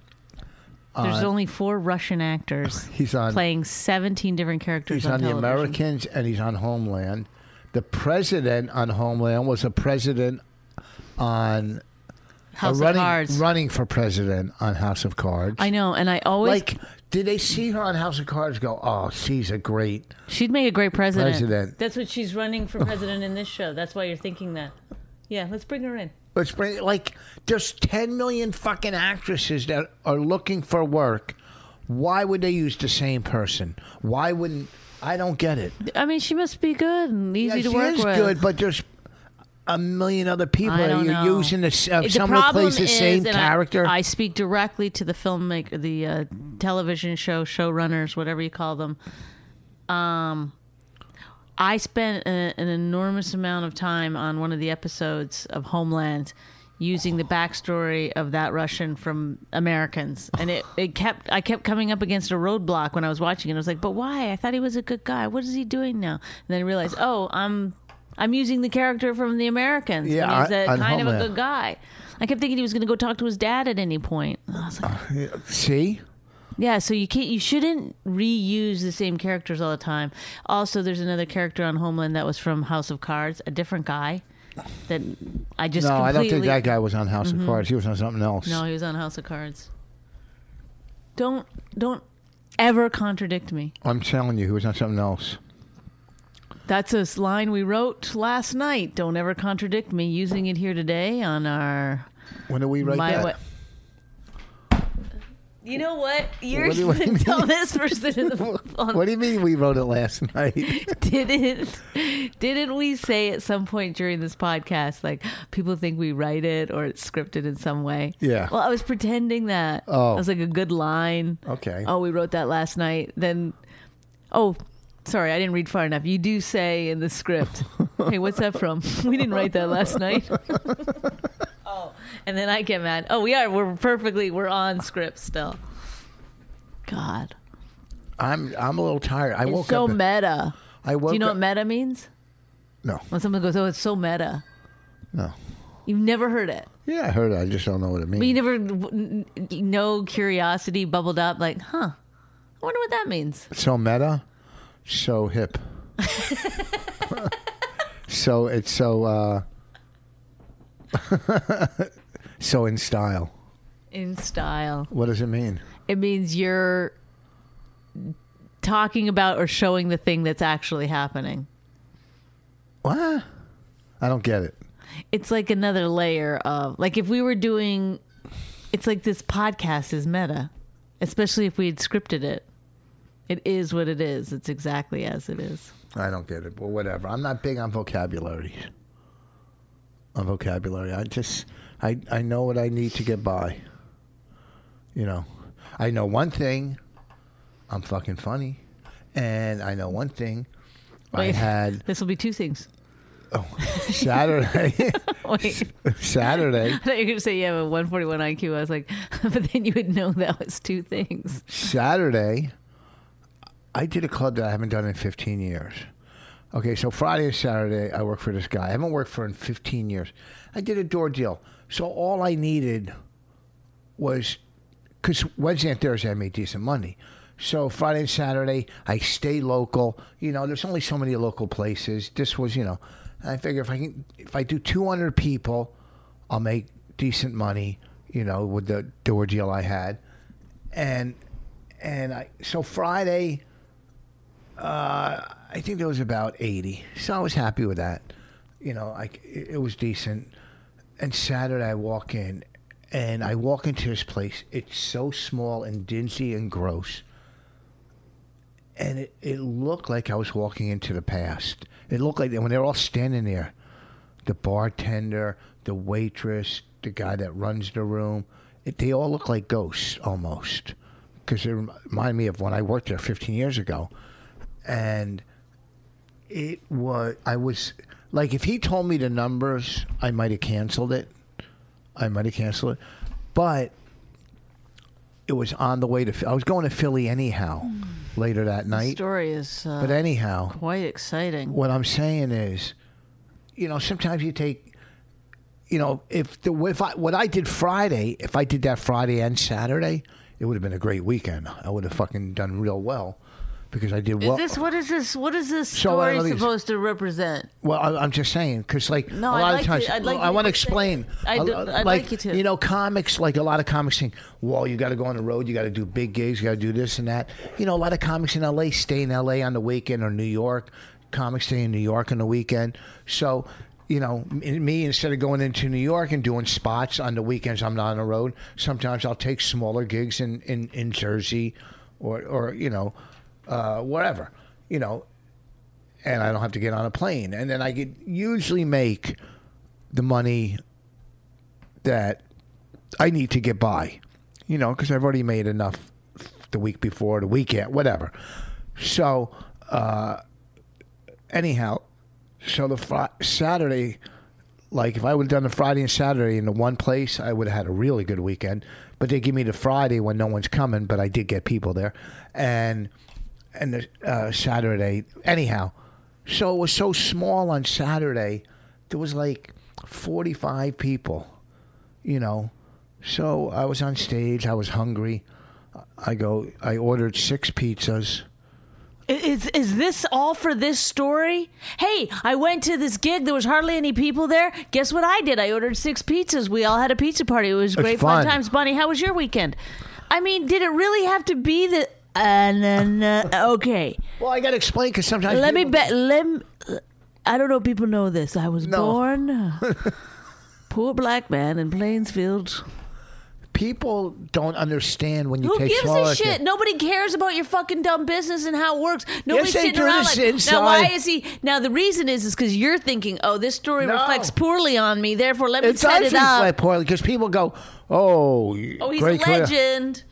[SPEAKER 1] Uh,
[SPEAKER 2] There's only four Russian actors
[SPEAKER 1] He's on.
[SPEAKER 2] playing 17 different characters.
[SPEAKER 1] he's
[SPEAKER 2] on,
[SPEAKER 1] on, the
[SPEAKER 2] television.
[SPEAKER 1] Americans and he's on Homeland. The president on Homeland was a president on
[SPEAKER 2] House
[SPEAKER 1] uh, running
[SPEAKER 2] of Cards.
[SPEAKER 1] running for president on House of Cards.
[SPEAKER 2] I know, and I always
[SPEAKER 1] like, did they see her on House of Cards? Go, oh, she's a great.
[SPEAKER 2] she'd make a great president.
[SPEAKER 1] President.
[SPEAKER 2] That's what she's running for president in this show. That's why you're thinking that. Yeah, let's bring her in.
[SPEAKER 1] Let's bring like there's 10 million fucking actresses that are looking for work. Why would they use the same person? Why wouldn't I? Don't get it.
[SPEAKER 2] I mean, she must be good and
[SPEAKER 1] Yeah, she
[SPEAKER 2] easy to work
[SPEAKER 1] is
[SPEAKER 2] with.
[SPEAKER 1] good, but there's a million other people
[SPEAKER 2] I
[SPEAKER 1] that
[SPEAKER 2] don't
[SPEAKER 1] you're
[SPEAKER 2] know.
[SPEAKER 1] using. The, s- uh,
[SPEAKER 2] The
[SPEAKER 1] someone who plays
[SPEAKER 2] problem
[SPEAKER 1] the
[SPEAKER 2] is,
[SPEAKER 1] same
[SPEAKER 2] and I-
[SPEAKER 1] character.
[SPEAKER 2] I, speak directly to the filmmaker, the uh, television show showrunners, whatever you call them. Um, I spent a, an enormous amount of time on one of the episodes of Homeland using the backstory of that Russian from Americans, and it, it kept I kept coming up against a roadblock when I was watching it. I was like, "But why? I thought he was a good guy. What is he doing now?" And then I realized, "Oh, I'm." I'm using the character from The Americans.
[SPEAKER 1] Yeah,
[SPEAKER 2] and he's
[SPEAKER 1] I-
[SPEAKER 2] a
[SPEAKER 1] on
[SPEAKER 2] kind of a
[SPEAKER 1] Homeland.
[SPEAKER 2] good guy. I kept thinking he was going to go talk to his dad at any point. I was like,
[SPEAKER 1] See,
[SPEAKER 2] yeah, so you can't, you shouldn't reuse the same characters all the time. Also, there's another character on Homeland that was from House of Cards, a different guy. That I just
[SPEAKER 1] no, I don't think
[SPEAKER 2] completely- Mm-hmm.
[SPEAKER 1] that guy was on House of Cards. He was on something else.
[SPEAKER 2] No, he was on House of Cards. Don't don't ever contradict me.
[SPEAKER 1] I'm telling you, he was on something else.
[SPEAKER 2] That's a line we wrote last night. Don't ever contradict me. Using it here today on our
[SPEAKER 1] When do we write
[SPEAKER 2] my
[SPEAKER 1] that?
[SPEAKER 2] way. You know what? You're
[SPEAKER 1] What do you- what do you
[SPEAKER 2] gonna tell
[SPEAKER 1] mean?
[SPEAKER 2] this person in the on,
[SPEAKER 1] What do you mean we wrote it last night?
[SPEAKER 2] didn't didn't we say at some point during this podcast like people think we write it or it's scripted in some way?
[SPEAKER 1] Yeah.
[SPEAKER 2] Well, I was pretending that.
[SPEAKER 1] Oh.
[SPEAKER 2] I was like a good line.
[SPEAKER 1] Okay.
[SPEAKER 2] Oh, we wrote that last night. Then, oh. Sorry, I didn't read far enough. You do say in the script, "Hey, what's that from?" we didn't write that last night. oh, and then I get mad. Oh, we are. We're perfectly. We're on script still. God,
[SPEAKER 1] I'm I'm a little tired. I
[SPEAKER 2] it's
[SPEAKER 1] woke
[SPEAKER 2] so
[SPEAKER 1] up.
[SPEAKER 2] meta.
[SPEAKER 1] I woke
[SPEAKER 2] Do you know
[SPEAKER 1] up.
[SPEAKER 2] what meta means?
[SPEAKER 1] no,
[SPEAKER 2] When someone goes, "Oh, it's so meta,"
[SPEAKER 1] no.
[SPEAKER 2] you've never heard it,
[SPEAKER 1] Yeah, I heard it. I just don't know what it means.
[SPEAKER 2] but you never, n- n- no curiosity bubbled up. Like, huh? I wonder what that means.
[SPEAKER 1] so meta, so hip. so it's so uh so in style.
[SPEAKER 2] In style,
[SPEAKER 1] What does it mean?
[SPEAKER 2] it means you're talking about or showing the thing that's actually happening.
[SPEAKER 1] What? I don't get it.
[SPEAKER 2] It's like another layer of, like, if we were doing, it's like this podcast is meta, especially if we had scripted it. It is what it is. It's exactly as it is.
[SPEAKER 1] I don't get it. But whatever. I'm not big on vocabulary. On vocabulary, I just I I know what I need to get by. You know, I know one thing. I'm fucking funny, and I know one thing. I
[SPEAKER 2] Wait.
[SPEAKER 1] had
[SPEAKER 2] This will be two things.
[SPEAKER 1] Oh, Saturday.
[SPEAKER 2] Wait.
[SPEAKER 1] Saturday.
[SPEAKER 2] I thought you were going to say you have a 141 IQ. I was like, but then you would know that was two things.
[SPEAKER 1] Saturday, I did a club that I haven't done in 15 years. Okay, so Friday and Saturday, I work for this guy. I haven't worked for in 15 years. I did a door deal. So all I needed was because Wednesday and Thursday I made decent money. So Friday and Saturday I stay local. You know, there's only so many local places. This was, you know, I figure if I can, if I do 200 people, I'll make decent money. You know, with the door deal I had, and and I so Friday, uh, I think there was about 80. So I was happy with that. You know, I it, it was decent and Saturday I walk in, and I walk into this place. It's so small and dingy and gross, and it, it looked like I was walking into the past. It looked like when they're all standing there, the bartender, the waitress, the guy that runs the room, it, they all look like ghosts almost, because they rem- remind me of when I worked there 15 years ago, and it was i was like if he told me the numbers i might have canceled it i might have canceled it but it was on the way to i was going to philly anyhow later that
[SPEAKER 2] The
[SPEAKER 1] night
[SPEAKER 2] story is uh,
[SPEAKER 1] but anyhow
[SPEAKER 2] quite exciting.
[SPEAKER 1] what I'm saying is, you know, sometimes you take, you know, if the if I what I did Friday, if I did that Friday and Saturday, it would have been a great weekend. I would have fucking done real well. because I did
[SPEAKER 2] Is
[SPEAKER 1] well.
[SPEAKER 2] this what is this what is this
[SPEAKER 1] So, uh,
[SPEAKER 2] story
[SPEAKER 1] let me just-
[SPEAKER 2] supposed to represent?
[SPEAKER 1] Well, I, I'm just saying because, like,
[SPEAKER 2] No,
[SPEAKER 1] a
[SPEAKER 2] I'd
[SPEAKER 1] lot
[SPEAKER 2] like
[SPEAKER 1] of times,
[SPEAKER 2] you- I'd
[SPEAKER 1] well,
[SPEAKER 2] like you
[SPEAKER 1] I
[SPEAKER 2] to
[SPEAKER 1] want to
[SPEAKER 2] explain
[SPEAKER 1] explain.
[SPEAKER 2] it. I
[SPEAKER 1] a
[SPEAKER 2] do-
[SPEAKER 1] lo-
[SPEAKER 2] I'd like you to.
[SPEAKER 1] know, comics, like a lot of comics think, well, you got to go on the road, you got to do big gigs, you got to do this and that. You know, a lot of comics in LA stay in LA on the weekend or New York. Comics stay in New York on the weekend. So, you know, m- me instead of going into New York and doing spots on the weekends, I'm not on the road. Sometimes I'll take smaller gigs in in, in Jersey, or or you know, uh, wherever. You know, and I don't have to get on a plane. And then I could usually make the money that I need to get by, you know, because I've already made enough the week before, the weekend, whatever. So, uh, anyhow, so the fri- Saturday, like if I would have done the Friday and Saturday in the one place, I would have had a really good weekend. But they give me the Friday when no one's coming, but I did get people there, and and the uh, Saturday anyhow. So it was so small on Saturday. There was like forty five people, you know. So I was on stage. I was hungry. I go. I ordered six pizzas.
[SPEAKER 2] Is is this all for this story? Hey, I went to this gig. There was hardly any people there. Guess what I did? I ordered six pizzas. We all had a pizza party. It was great fun.
[SPEAKER 1] fun.
[SPEAKER 2] times. Bunny, how was your weekend? I mean, did it really have to be the? Uh, no, no. Okay,
[SPEAKER 1] Well, I got to explain because sometimes
[SPEAKER 2] let me
[SPEAKER 1] people-
[SPEAKER 2] bet. Let me, I don't know. if People know this. I was
[SPEAKER 1] No.
[SPEAKER 2] born poor black man in Plainsfield.
[SPEAKER 1] people don't understand when you
[SPEAKER 2] Who
[SPEAKER 1] take
[SPEAKER 2] gives
[SPEAKER 1] smaller
[SPEAKER 2] a shit?
[SPEAKER 1] shit.
[SPEAKER 2] Nobody cares about your fucking dumb business and how it works. Nobody's
[SPEAKER 1] they
[SPEAKER 2] sitting
[SPEAKER 1] do
[SPEAKER 2] around
[SPEAKER 1] this
[SPEAKER 2] like, now
[SPEAKER 1] inside.
[SPEAKER 2] why is he? Now the reason is is because you're thinking, oh, this story
[SPEAKER 1] No.
[SPEAKER 2] reflects poorly on me. Therefore, let me
[SPEAKER 1] It
[SPEAKER 2] set
[SPEAKER 1] does
[SPEAKER 2] it up.
[SPEAKER 1] reflect poorly because people go, "Oh,
[SPEAKER 2] oh, he's
[SPEAKER 1] great
[SPEAKER 2] a
[SPEAKER 1] career."
[SPEAKER 2] legend.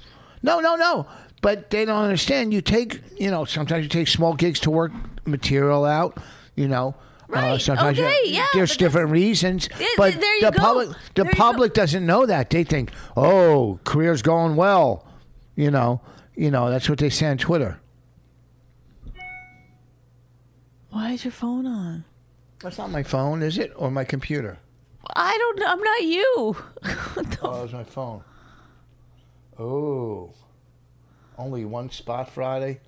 [SPEAKER 1] No, no, no. But they don't understand. You take, you know, sometimes you take small gigs to work material out. You know, uh,
[SPEAKER 2] Right.
[SPEAKER 1] sometimes you-
[SPEAKER 2] Okay, yeah,
[SPEAKER 1] there's
[SPEAKER 2] but
[SPEAKER 1] different reasons.
[SPEAKER 2] Yeah,
[SPEAKER 1] but
[SPEAKER 2] there you
[SPEAKER 1] the
[SPEAKER 2] go.
[SPEAKER 1] public, the
[SPEAKER 2] There you go.
[SPEAKER 1] public doesn't know that. They think, "Oh, career's going well." You know, you know. That's what they say on Twitter.
[SPEAKER 2] Why is your phone on?
[SPEAKER 1] That's not my phone, is it, or my computer?
[SPEAKER 2] I don't. know. I'm not you. What the-
[SPEAKER 1] Oh, it was my phone. Oh, only one spot Friday.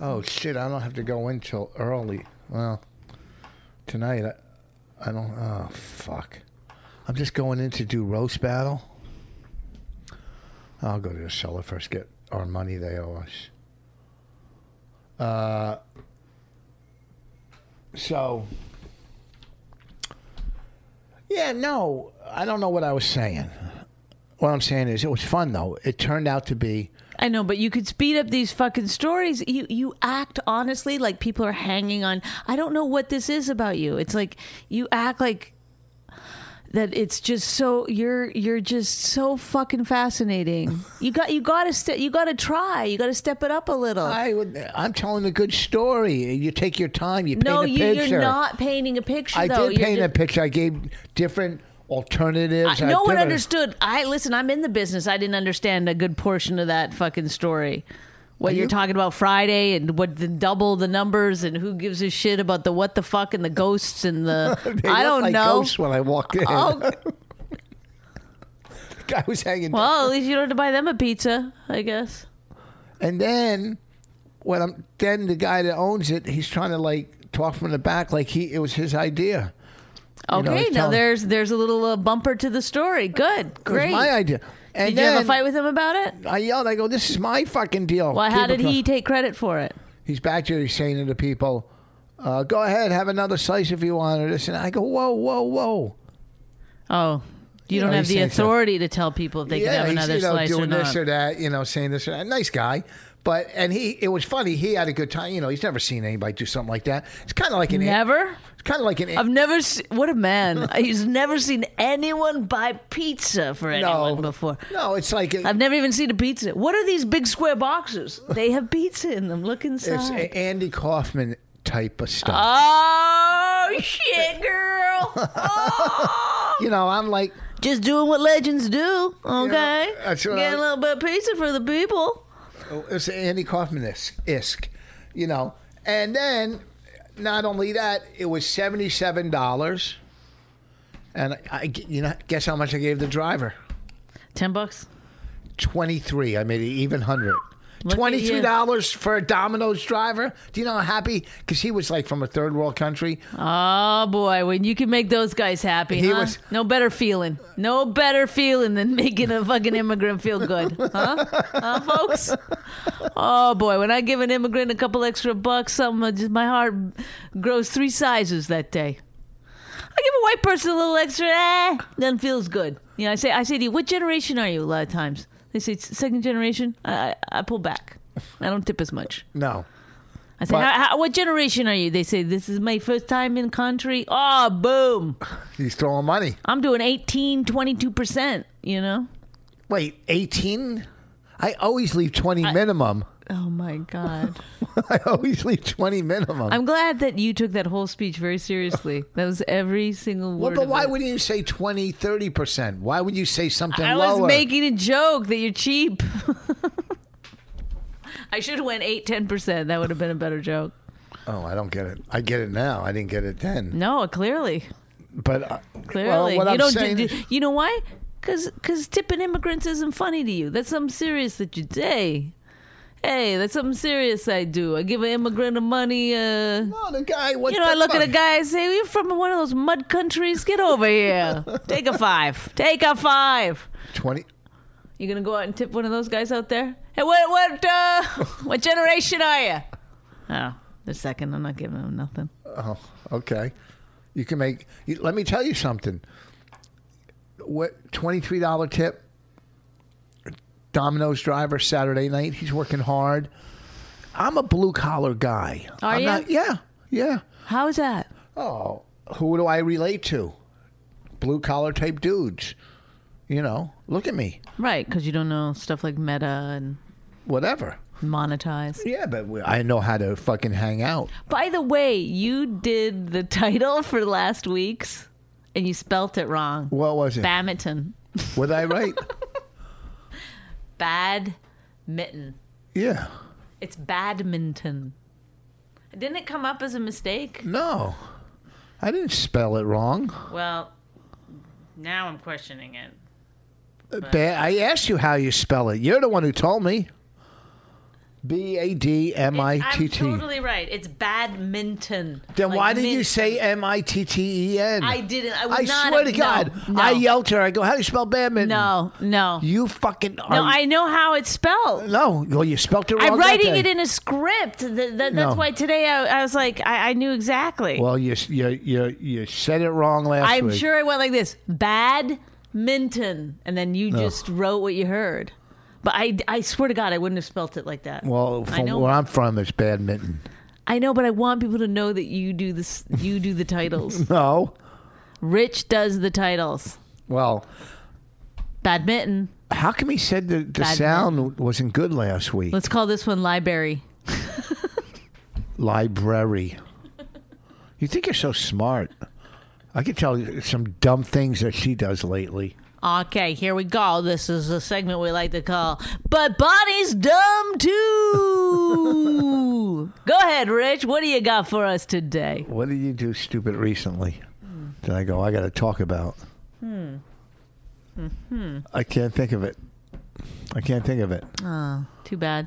[SPEAKER 1] Oh shit! I don't have to go in till early. Well, tonight I, I don't. Oh fuck! I'm just going in to do roast battle. I'll go to the cellar first. Get our money they owe us. Uh. So. Yeah, no, I don't know what I was saying. What I'm saying is, it was fun though. It turned out to be.
[SPEAKER 2] I know, but you could speed up these fucking stories. You you act honestly like people are hanging on. I don't know what this is about you. It's like you act like that it's just so you're you're just so fucking fascinating. You got you got to ste- you got to try. You got to step it up a little.
[SPEAKER 1] I would. I'm telling a good story. You take your time. You paint
[SPEAKER 2] no,
[SPEAKER 1] a
[SPEAKER 2] you,
[SPEAKER 1] picture.
[SPEAKER 2] you're not painting a picture.
[SPEAKER 1] I
[SPEAKER 2] though.
[SPEAKER 1] did
[SPEAKER 2] You're
[SPEAKER 1] paint a
[SPEAKER 2] just-
[SPEAKER 1] picture. I gave different alternatives.
[SPEAKER 2] I-
[SPEAKER 1] I
[SPEAKER 2] no one
[SPEAKER 1] different-
[SPEAKER 2] understood. I listen. I'm in the business. I didn't understand a good portion of that fucking story. What
[SPEAKER 1] Are
[SPEAKER 2] you're
[SPEAKER 1] you?
[SPEAKER 2] talking about Friday and what the double the numbers and who gives a shit about the what the fuck and the ghosts and the
[SPEAKER 1] They looked
[SPEAKER 2] I don't
[SPEAKER 1] like
[SPEAKER 2] know.
[SPEAKER 1] Ghosts when I walked in.
[SPEAKER 2] Oh,
[SPEAKER 1] I was hanging.
[SPEAKER 2] well, at least you don't have to buy them a pizza, I guess.
[SPEAKER 1] And then when I'm then the guy that owns it, he's trying to like talk from the back, like he it was his idea. You know,
[SPEAKER 2] Okay,
[SPEAKER 1] it's
[SPEAKER 2] now
[SPEAKER 1] telling-
[SPEAKER 2] there's there's a little uh, bumper to the story. Good,
[SPEAKER 1] It was
[SPEAKER 2] great.
[SPEAKER 1] my idea. And
[SPEAKER 2] Did
[SPEAKER 1] then
[SPEAKER 2] you have a fight with him about it?
[SPEAKER 1] I yelled. I go, "This is my fucking deal."
[SPEAKER 2] Well, how
[SPEAKER 1] Keep it
[SPEAKER 2] did
[SPEAKER 1] going.
[SPEAKER 2] he take credit for it?
[SPEAKER 1] He's back there. He's saying to the people, uh, "Go ahead, have another slice if you want." Or this and I go, "Whoa, whoa, whoa!"
[SPEAKER 2] Oh, you,
[SPEAKER 1] You
[SPEAKER 2] don't
[SPEAKER 1] know,
[SPEAKER 2] have
[SPEAKER 1] he's
[SPEAKER 2] the
[SPEAKER 1] saying so.
[SPEAKER 2] authority to tell people if they can have
[SPEAKER 1] he's
[SPEAKER 2] another
[SPEAKER 1] you know
[SPEAKER 2] slice
[SPEAKER 1] doing
[SPEAKER 2] or not.
[SPEAKER 1] this or that. You know, saying this or that. Nice guy, but and he it was funny. He had a good time. You know, he's never seen anybody do something like that. It's kind of like an
[SPEAKER 2] Never.
[SPEAKER 1] It's kind of like an.
[SPEAKER 2] I've never se what a man. He's never seen anyone buy pizza for
[SPEAKER 1] no,
[SPEAKER 2] anyone before.
[SPEAKER 1] no, it's like a-
[SPEAKER 2] I've never even seen a pizza. What are these big square boxes? They have pizza in them. Look
[SPEAKER 1] it's
[SPEAKER 2] inside.
[SPEAKER 1] a Andy Kaufman type of stuff.
[SPEAKER 2] oh shit, girl! Oh.
[SPEAKER 1] you know, I'm like,
[SPEAKER 2] Just doing what legends do. Okay,
[SPEAKER 1] Yeah, that's what
[SPEAKER 2] getting
[SPEAKER 1] I-
[SPEAKER 2] a little bit of pizza for the people.
[SPEAKER 1] Oh, it's Andy Kaufman isk, you know. And then, not only that, it was seventy seven dollars, and I- I, g- you know, guess how much I gave the driver?
[SPEAKER 2] Ten bucks.
[SPEAKER 1] Twenty three. I made it even hundred.
[SPEAKER 2] Look at
[SPEAKER 1] Twenty
[SPEAKER 2] you.
[SPEAKER 1] three dollars for a Domino's driver. Do you know how happy? Because he was like from a third world country.
[SPEAKER 2] Oh boy, when you can make those guys happy,
[SPEAKER 1] He
[SPEAKER 2] huh?
[SPEAKER 1] was-
[SPEAKER 2] no better feeling, no better feeling than making a fucking immigrant feel good, huh? huh, folks? Oh boy, when I give an immigrant a couple extra bucks, something uh, just my heart grows three sizes that day. I give a white person a little extra, eh, then feels good. You know, I say, I say to you, what generation are you? A lot of times they say "It's second generation. I, I, I pull back. I don't tip as much.
[SPEAKER 1] No,
[SPEAKER 2] I say,
[SPEAKER 1] But-
[SPEAKER 2] how, how, what generation are you? They say, this is my first time in country. Oh, boom.
[SPEAKER 1] he's throwing money.
[SPEAKER 2] I'm doing 18, 22%, you know?
[SPEAKER 1] Wait, eighteen? I always leave twenty minimum.
[SPEAKER 2] Oh, my God.
[SPEAKER 1] I always leave twenty minimum.
[SPEAKER 2] I'm glad that you took that whole speech very seriously. That was every single word.
[SPEAKER 1] well, but
[SPEAKER 2] of
[SPEAKER 1] why
[SPEAKER 2] it.
[SPEAKER 1] would you say 20, 30 percent? Why would you say something
[SPEAKER 2] I
[SPEAKER 1] lower?
[SPEAKER 2] was making a joke that you're cheap. I should have went 8, 10%. That would have been a better joke.
[SPEAKER 1] oh, I don't get it. I get it now. I didn't get it then.
[SPEAKER 2] No, clearly.
[SPEAKER 1] But uh,
[SPEAKER 2] Clearly,
[SPEAKER 1] well, what
[SPEAKER 2] you
[SPEAKER 1] I'm
[SPEAKER 2] don't.
[SPEAKER 1] saying
[SPEAKER 2] do,
[SPEAKER 1] is-
[SPEAKER 2] do- you know why? Because tipping immigrants isn't funny to you. That's something serious that you say. Hey, that's something serious I do. I give an immigrant a money. Uh,
[SPEAKER 1] no, the guy. What
[SPEAKER 2] you know, I
[SPEAKER 1] the
[SPEAKER 2] look at a
[SPEAKER 1] fuck?
[SPEAKER 2] guy and say, "You're from one of those mud countries. Get over here. Take a five. Take a five.
[SPEAKER 1] Twenty.
[SPEAKER 2] You gonna go out and tip one of those guys out there? Hey, what what uh, what generation are you? Oh, the second. I'm not giving them nothing.
[SPEAKER 1] Oh, okay. You can make. You, let me tell you something. What twenty three dollar tip? Domino's driver Saturday night. He's working hard. I'm a blue collar guy.
[SPEAKER 2] Are
[SPEAKER 1] I'm
[SPEAKER 2] you?
[SPEAKER 1] Not, yeah, yeah.
[SPEAKER 2] How's that?
[SPEAKER 1] Oh, who do I relate to? Blue collar type dudes. You know, look at me.
[SPEAKER 2] Right, because you don't know stuff like meta and
[SPEAKER 1] Whatever.
[SPEAKER 2] monetize.
[SPEAKER 1] Yeah, but we, I know how to fucking hang out.
[SPEAKER 2] By the way, you did the title for last week's and you spelt it wrong.
[SPEAKER 1] What was it?
[SPEAKER 2] Badminton.
[SPEAKER 1] Was I right?
[SPEAKER 2] Bad mitten.
[SPEAKER 1] yeah.
[SPEAKER 2] It's badminton. Didn't it come up as a mistake?
[SPEAKER 1] No, I didn't spell it wrong.
[SPEAKER 2] Well, now I'm questioning it.
[SPEAKER 1] Ba- I asked you how you spell it. You're the one who told me. B a d m i
[SPEAKER 2] I'm
[SPEAKER 1] t t.
[SPEAKER 2] totally right. It's badminton.
[SPEAKER 1] Then
[SPEAKER 2] Like
[SPEAKER 1] why did you
[SPEAKER 2] mint.
[SPEAKER 1] say m i t t e n?
[SPEAKER 2] I didn't. I, would
[SPEAKER 1] I
[SPEAKER 2] not
[SPEAKER 1] swear
[SPEAKER 2] have-
[SPEAKER 1] to God,
[SPEAKER 2] no, no,
[SPEAKER 1] I yelled to her. I go, "How do you spell badminton?"
[SPEAKER 2] No, no.
[SPEAKER 1] you fucking. Are,
[SPEAKER 2] no, I know how it's spelled.
[SPEAKER 1] No, well, you spelled it wrong.
[SPEAKER 2] I'm
[SPEAKER 1] that
[SPEAKER 2] writing
[SPEAKER 1] day.
[SPEAKER 2] it in a script. Th- th- that's
[SPEAKER 1] No.
[SPEAKER 2] why today I, I was like, I, I knew exactly.
[SPEAKER 1] Well, you s- you you you said it wrong last
[SPEAKER 2] I'm
[SPEAKER 1] week.
[SPEAKER 2] sure I went like this badminton. And then you just wrote what you heard. But I, I swear to God, I wouldn't have spelt it like that.
[SPEAKER 1] Well,
[SPEAKER 2] I
[SPEAKER 1] from
[SPEAKER 2] know.
[SPEAKER 1] where I'm from, it's badminton.
[SPEAKER 2] I know, but I want people to know that you do this. You do the titles.
[SPEAKER 1] No,
[SPEAKER 2] Rich does the titles.
[SPEAKER 1] well,
[SPEAKER 2] Badminton.
[SPEAKER 1] how come he said the, the
[SPEAKER 2] Badminton.
[SPEAKER 1] sound wasn't good last week?
[SPEAKER 2] Let's call this one library.
[SPEAKER 1] library. You think you're so smart. I could tell you some dumb things that she does lately.
[SPEAKER 2] Okay, here we go. This is a segment we like to call But Bonnie's Dumb Too. go ahead, Rich. What do you got for us today?
[SPEAKER 1] What did you do stupid recently? Then I go, I got to talk about. Hmm. I can't think of it. I can't think of it.
[SPEAKER 2] Too bad.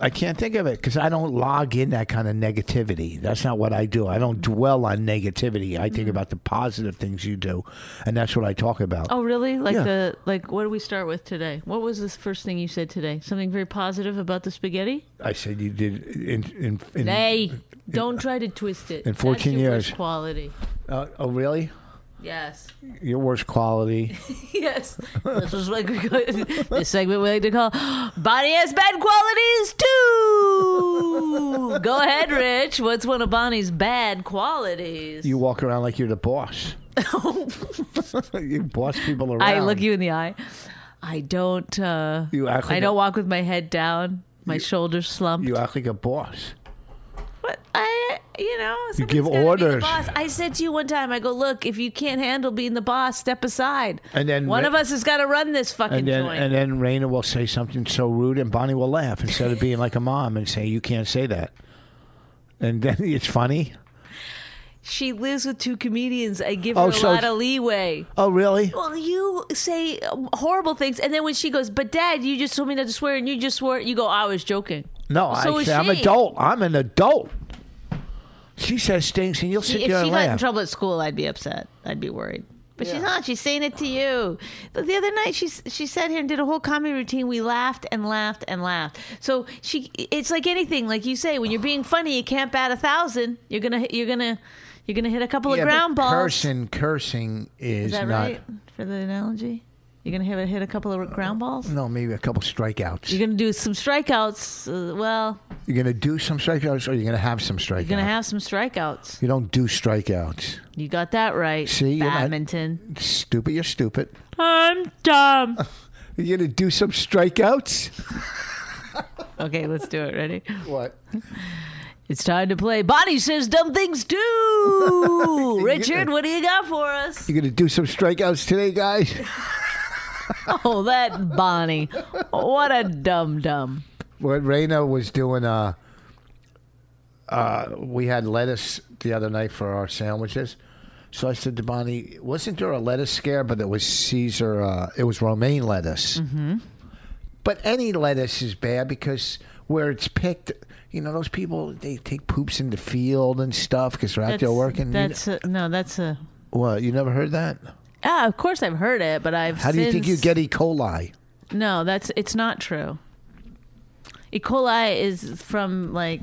[SPEAKER 1] I can't think of it because I don't log in that kind of negativity. That's not what I do. I don't dwell on negativity. I
[SPEAKER 2] Mm.
[SPEAKER 1] think about the positive things you do, and that's what I talk about.
[SPEAKER 2] Oh, really? Like
[SPEAKER 1] Yeah.
[SPEAKER 2] the like what do we start with today? What was the first thing you said today? Something very positive about the spaghetti?
[SPEAKER 1] I said you did in in, in
[SPEAKER 2] Hey, don't try to twist it.
[SPEAKER 1] In 14
[SPEAKER 2] That's your
[SPEAKER 1] years.
[SPEAKER 2] worst quality.
[SPEAKER 1] Uh, oh, really?
[SPEAKER 2] Yes.
[SPEAKER 1] Your worst quality.
[SPEAKER 2] Yes. this is like this segment we like to call Bonnie has bad qualities too. Go ahead, Rich. What's one of Bonnie's bad qualities?
[SPEAKER 1] You walk around like you're the boss. you boss people around.
[SPEAKER 2] I look you in the eye. I don't uh
[SPEAKER 1] You act like
[SPEAKER 2] I don't
[SPEAKER 1] a-
[SPEAKER 2] walk with my head down, my shoulders slumped.
[SPEAKER 1] You act like a boss.
[SPEAKER 2] But I, you know, somebody's
[SPEAKER 1] give
[SPEAKER 2] gotta be the
[SPEAKER 1] orders.
[SPEAKER 2] boss. I said to you one time, I go, look, if you can't handle being the boss, step aside.
[SPEAKER 1] And then
[SPEAKER 2] one
[SPEAKER 1] Ra-
[SPEAKER 2] of us has got to run this fucking
[SPEAKER 1] And then
[SPEAKER 2] joint.
[SPEAKER 1] and then Raina will say something so rude, and Bonnie will laugh instead of being like a mom and say, "You can't say that." And then it's funny.
[SPEAKER 2] She lives with two comedians. I give
[SPEAKER 1] Oh,
[SPEAKER 2] her a
[SPEAKER 1] so-
[SPEAKER 2] lot of leeway.
[SPEAKER 1] Oh, really?
[SPEAKER 2] Well, you say um, horrible things, and then when she goes, "But Dad, you just told me not to swear, and you just swore," you go, "I was joking."
[SPEAKER 1] No,
[SPEAKER 2] So
[SPEAKER 1] I
[SPEAKER 2] is
[SPEAKER 1] say, I'm
[SPEAKER 2] she.
[SPEAKER 1] adult. I'm an adult. She says things, and you'll sit
[SPEAKER 2] if she
[SPEAKER 1] there and
[SPEAKER 2] got in
[SPEAKER 1] laugh.
[SPEAKER 2] trouble at school, I'd be upset. I'd be worried. But she's not. She's saying it to you. But the other night, she she sat here and did a whole comedy routine. We laughed and laughed and laughed. So she, it's like anything, like you say, when you're being funny, you can't bat a thousand. You're gonna you're gonna you're gonna hit a couple
[SPEAKER 1] Yeah,
[SPEAKER 2] of
[SPEAKER 1] but
[SPEAKER 2] ground balls.
[SPEAKER 1] Cursing, cursing is,
[SPEAKER 2] Is that
[SPEAKER 1] not.
[SPEAKER 2] right for the analogy? You're gonna hit a, hit a couple of ground balls.
[SPEAKER 1] No, maybe a couple strikeouts.
[SPEAKER 2] You're gonna do some strikeouts. Uh, well,
[SPEAKER 1] You're going to do some strikeouts, or you're going to have some strikeouts.
[SPEAKER 2] you're gonna have some strikeouts.
[SPEAKER 1] You don't do strikeouts.
[SPEAKER 2] You got that right.
[SPEAKER 1] See, you're not-
[SPEAKER 2] badminton.
[SPEAKER 1] Stupid, you're stupid.
[SPEAKER 2] I'm dumb.
[SPEAKER 1] You're going to do some strikeouts?
[SPEAKER 2] Okay, let's do it. Ready?
[SPEAKER 1] What?
[SPEAKER 2] It's time to play. Bonnie says dumb things too. Richard, what do you got for us?
[SPEAKER 1] You're going to do some strikeouts today, guys?
[SPEAKER 2] Oh, that Bonnie. What a dumb dumb.
[SPEAKER 1] what Reyna was doing. Uh, uh, we had lettuce the other night for our sandwiches, so I said to Bonnie, "Wasn't there a lettuce scare? But it was Caesar. Uh, it was romaine lettuce. Mm-hmm. But any lettuce is bad because where it's picked." You know those people they take poops in the field and stuff because they're out there working. You-
[SPEAKER 2] That's a, no, that's a.
[SPEAKER 1] what you never heard that.
[SPEAKER 2] Ah, of course I've heard it, but I've.
[SPEAKER 1] How do you think you
[SPEAKER 2] since-
[SPEAKER 1] get E. coli?
[SPEAKER 2] No, that's it's not true. E. coli is from like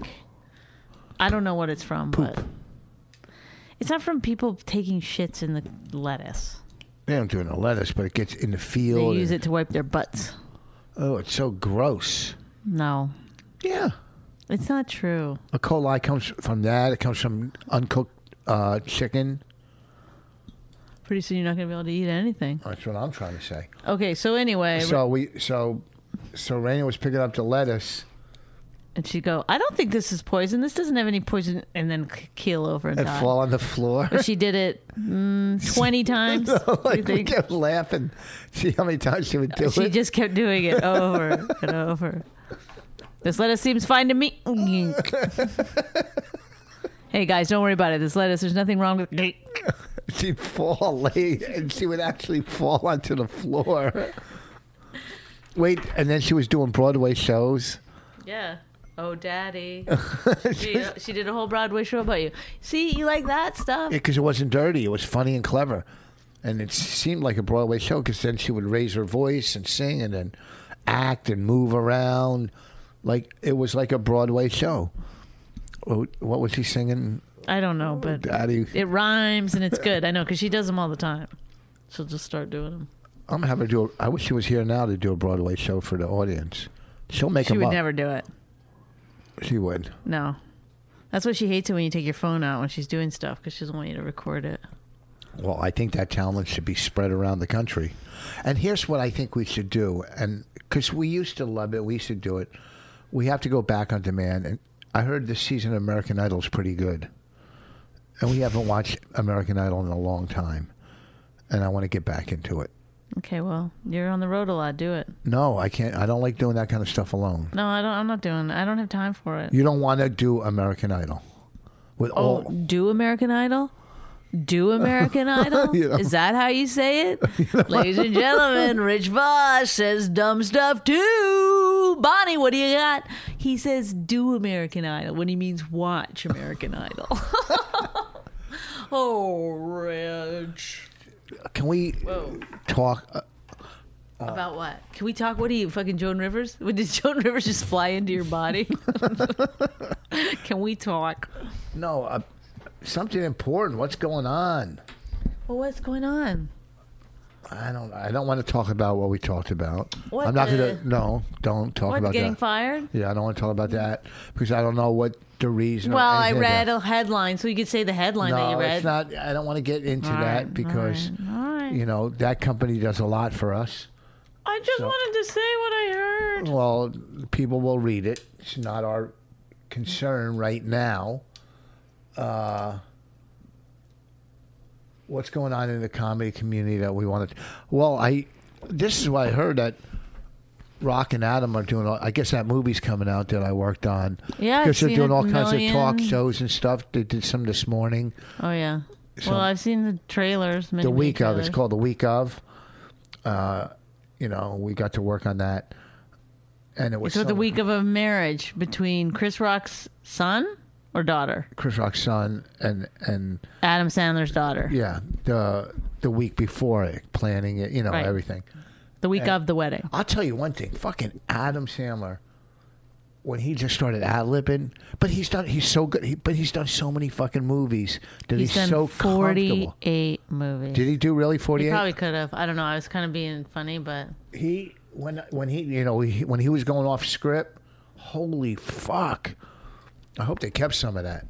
[SPEAKER 2] I don't know what it's from, but it's not from people taking shits in the lettuce.
[SPEAKER 1] They don't do it in the lettuce, but it gets in the
[SPEAKER 2] They
[SPEAKER 1] field.
[SPEAKER 2] use
[SPEAKER 1] and-
[SPEAKER 2] it to wipe their butts.
[SPEAKER 1] Oh, it's so gross.
[SPEAKER 2] No,
[SPEAKER 1] Yeah.
[SPEAKER 2] it's not true.
[SPEAKER 1] E. coli comes from that. It comes from uncooked uh, chicken.
[SPEAKER 2] Pretty soon you're not going to be able to eat anything.
[SPEAKER 1] That's what I'm trying to say.
[SPEAKER 2] Okay, so anyway,
[SPEAKER 1] So we so so Raina was picking up the lettuce.
[SPEAKER 2] and she'd go, I don't think this is poison. This doesn't have any poison, and then k- keel over and
[SPEAKER 1] It
[SPEAKER 2] die.
[SPEAKER 1] fall on the floor.
[SPEAKER 2] But she did it mm, 20 times. you
[SPEAKER 1] like we
[SPEAKER 2] think? Uh,
[SPEAKER 1] kept laughing. See how many times she would do
[SPEAKER 2] she
[SPEAKER 1] it.
[SPEAKER 2] just kept doing it over and over. This lettuce seems fine to me. hey guys, don't worry about it. This lettuce, there's nothing wrong with it.
[SPEAKER 1] She'd fall late, and she would actually fall onto the floor. Wait, and then she was doing Broadway shows.
[SPEAKER 2] Yeah. Oh, daddy. she, uh, she did a whole Broadway show about you. See, you like that stuff?
[SPEAKER 1] because it wasn't dirty. It was funny and clever, and it seemed like a Broadway show. Because then she would raise her voice and sing, and then act and move around, like it was like a Broadway show. What what was she singing?
[SPEAKER 2] I don't know, but
[SPEAKER 1] Daddy,
[SPEAKER 2] it rhymes and it's good. I know, because she does them all the time. She'll just start doing them.
[SPEAKER 1] I'm gonna have her do. A, I wish she was here now to do a Broadway show for the audience. She'll make
[SPEAKER 2] She
[SPEAKER 1] them
[SPEAKER 2] would
[SPEAKER 1] up.
[SPEAKER 2] never do it.
[SPEAKER 1] She would.
[SPEAKER 2] No. That's why she hates it when you take your phone out when she's doing stuff, because she doesn't want you to record it.
[SPEAKER 1] Well, I think that talent should be spread around the country. And here's what I think we should do, and because we used to love it, we should do it. We have to go back on demand. And I heard this season of American Idol is pretty good, and we haven't watched American Idol in a long time. And I want to get back into it.
[SPEAKER 2] Okay, well, you're on the road a lot. Do it.
[SPEAKER 1] No, I can't. I don't like doing that kind of stuff alone.
[SPEAKER 2] No, I don't. I'm not doing. I don't have time for it.
[SPEAKER 1] You don't want to do American Idol with
[SPEAKER 2] Oh,
[SPEAKER 1] all.
[SPEAKER 2] do American Idol? Do American Idol?
[SPEAKER 1] You know.
[SPEAKER 2] Is that how you say it? Ladies and gentlemen, Rich Voss says dumb stuff too. Bonnie, what do you got? He says do American Idol when he means watch American Idol. oh, Rich.
[SPEAKER 1] Can we talk? Uh,
[SPEAKER 2] About what? Can we talk? What are you, fucking Joan Rivers? Did Joan Rivers just fly into your body? Can we talk?
[SPEAKER 1] no, uh, something important. What's going on?
[SPEAKER 2] Well, what's going on?
[SPEAKER 1] I don't. I don't want to talk about what we talked about.
[SPEAKER 2] What
[SPEAKER 1] I'm not
[SPEAKER 2] the-
[SPEAKER 1] gonna. No, don't talk
[SPEAKER 2] What,
[SPEAKER 1] about
[SPEAKER 2] getting
[SPEAKER 1] that.
[SPEAKER 2] fired?
[SPEAKER 1] Yeah, I don't want to talk about that because I don't know what the reason. or
[SPEAKER 2] Well, I
[SPEAKER 1] anything of that.
[SPEAKER 2] read a headline, so you could say the headline that
[SPEAKER 1] No,
[SPEAKER 2] you read.
[SPEAKER 1] it's not. I don't want to get into that
[SPEAKER 2] right, all
[SPEAKER 1] because
[SPEAKER 2] right, all right.
[SPEAKER 1] you know that company does a lot for us.
[SPEAKER 2] I just wanted to say what I heard.
[SPEAKER 1] Well, people will read it. It's not our concern right now. Uh, what's going on in the comedy community that we want to? Well, I. This is what I heard that Rock and Adam are doing. All, I guess that movie's coming out that I worked on.
[SPEAKER 2] Yeah, I've
[SPEAKER 1] because they're
[SPEAKER 2] seen
[SPEAKER 1] doing
[SPEAKER 2] it
[SPEAKER 1] all kinds
[SPEAKER 2] million.
[SPEAKER 1] of talk shows and stuff. They did some this morning.
[SPEAKER 2] Oh yeah.
[SPEAKER 1] So-
[SPEAKER 2] well, I've seen the trailers.
[SPEAKER 1] the week of. It's called the week of. Uh, you know, we got to work on that, and it was
[SPEAKER 2] It's with the
[SPEAKER 1] some-
[SPEAKER 2] week of a marriage between Chris Rock's son or daughter,
[SPEAKER 1] Chris Rock's son and and
[SPEAKER 2] Adam Sandler's daughter.
[SPEAKER 1] yeah the the week before it, planning it. You know
[SPEAKER 2] Right.
[SPEAKER 1] everything.
[SPEAKER 2] The week of the wedding.
[SPEAKER 1] I'll tell you one thing. Fucking Adam Sandler, when he just started ad libbing, but he's done. He's so good. He, but he's done so many fucking movies that he's,
[SPEAKER 2] He's done
[SPEAKER 1] so comfortable.
[SPEAKER 2] 48 movies.
[SPEAKER 1] Did he do really forty
[SPEAKER 2] He probably
[SPEAKER 1] eight?
[SPEAKER 2] could have. I don't know. I was kind of being funny, but
[SPEAKER 1] He when when he you know he, when he was going off script, holy fuck! I hope they kept some of that.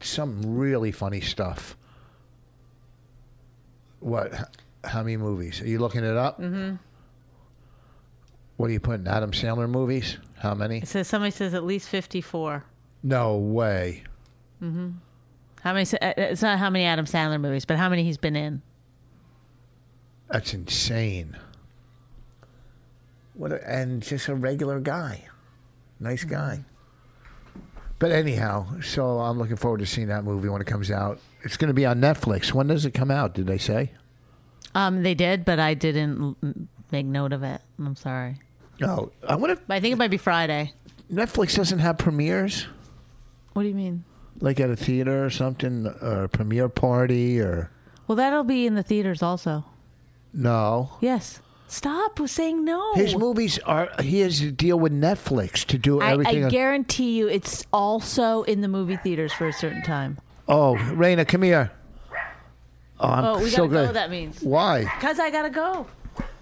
[SPEAKER 1] Some really funny stuff. What? H- How many movies? Are you looking it up? Mm-hmm. What are you putting? Adam Sandler movies? How many?
[SPEAKER 2] it says somebody says at least 54.
[SPEAKER 1] No way.
[SPEAKER 2] How many? uh, It's not how many Adam Sandler movies, but how many he's been in.
[SPEAKER 1] That's insane. What a, and just a regular guy, nice guy. Mm-hmm. But anyhow, so I'm looking forward to seeing that movie when it comes out. It's going to be on Netflix. When does it come out? Did they say?
[SPEAKER 2] Um, they did, but I didn't l- make note of it. I'm sorry.
[SPEAKER 1] No. Oh, I wonder if
[SPEAKER 2] But I think it might be Friday.
[SPEAKER 1] Netflix doesn't have premieres,
[SPEAKER 2] What do you mean?
[SPEAKER 1] like at a theater or something, or a premiere party, or
[SPEAKER 2] Well, that'll be in the theaters also.
[SPEAKER 1] no.
[SPEAKER 2] Yes. Stop with saying no.
[SPEAKER 1] His movies are. He has to deal with Netflix to do
[SPEAKER 2] I,
[SPEAKER 1] everything.
[SPEAKER 2] I
[SPEAKER 1] on-
[SPEAKER 2] guarantee you, it's also in the movie theaters for a certain time.
[SPEAKER 1] oh, Raina, come here. Oh, I'm
[SPEAKER 2] Oh, we
[SPEAKER 1] so
[SPEAKER 2] gotta
[SPEAKER 1] good.
[SPEAKER 2] go. That means
[SPEAKER 1] Why?
[SPEAKER 2] because I gotta go.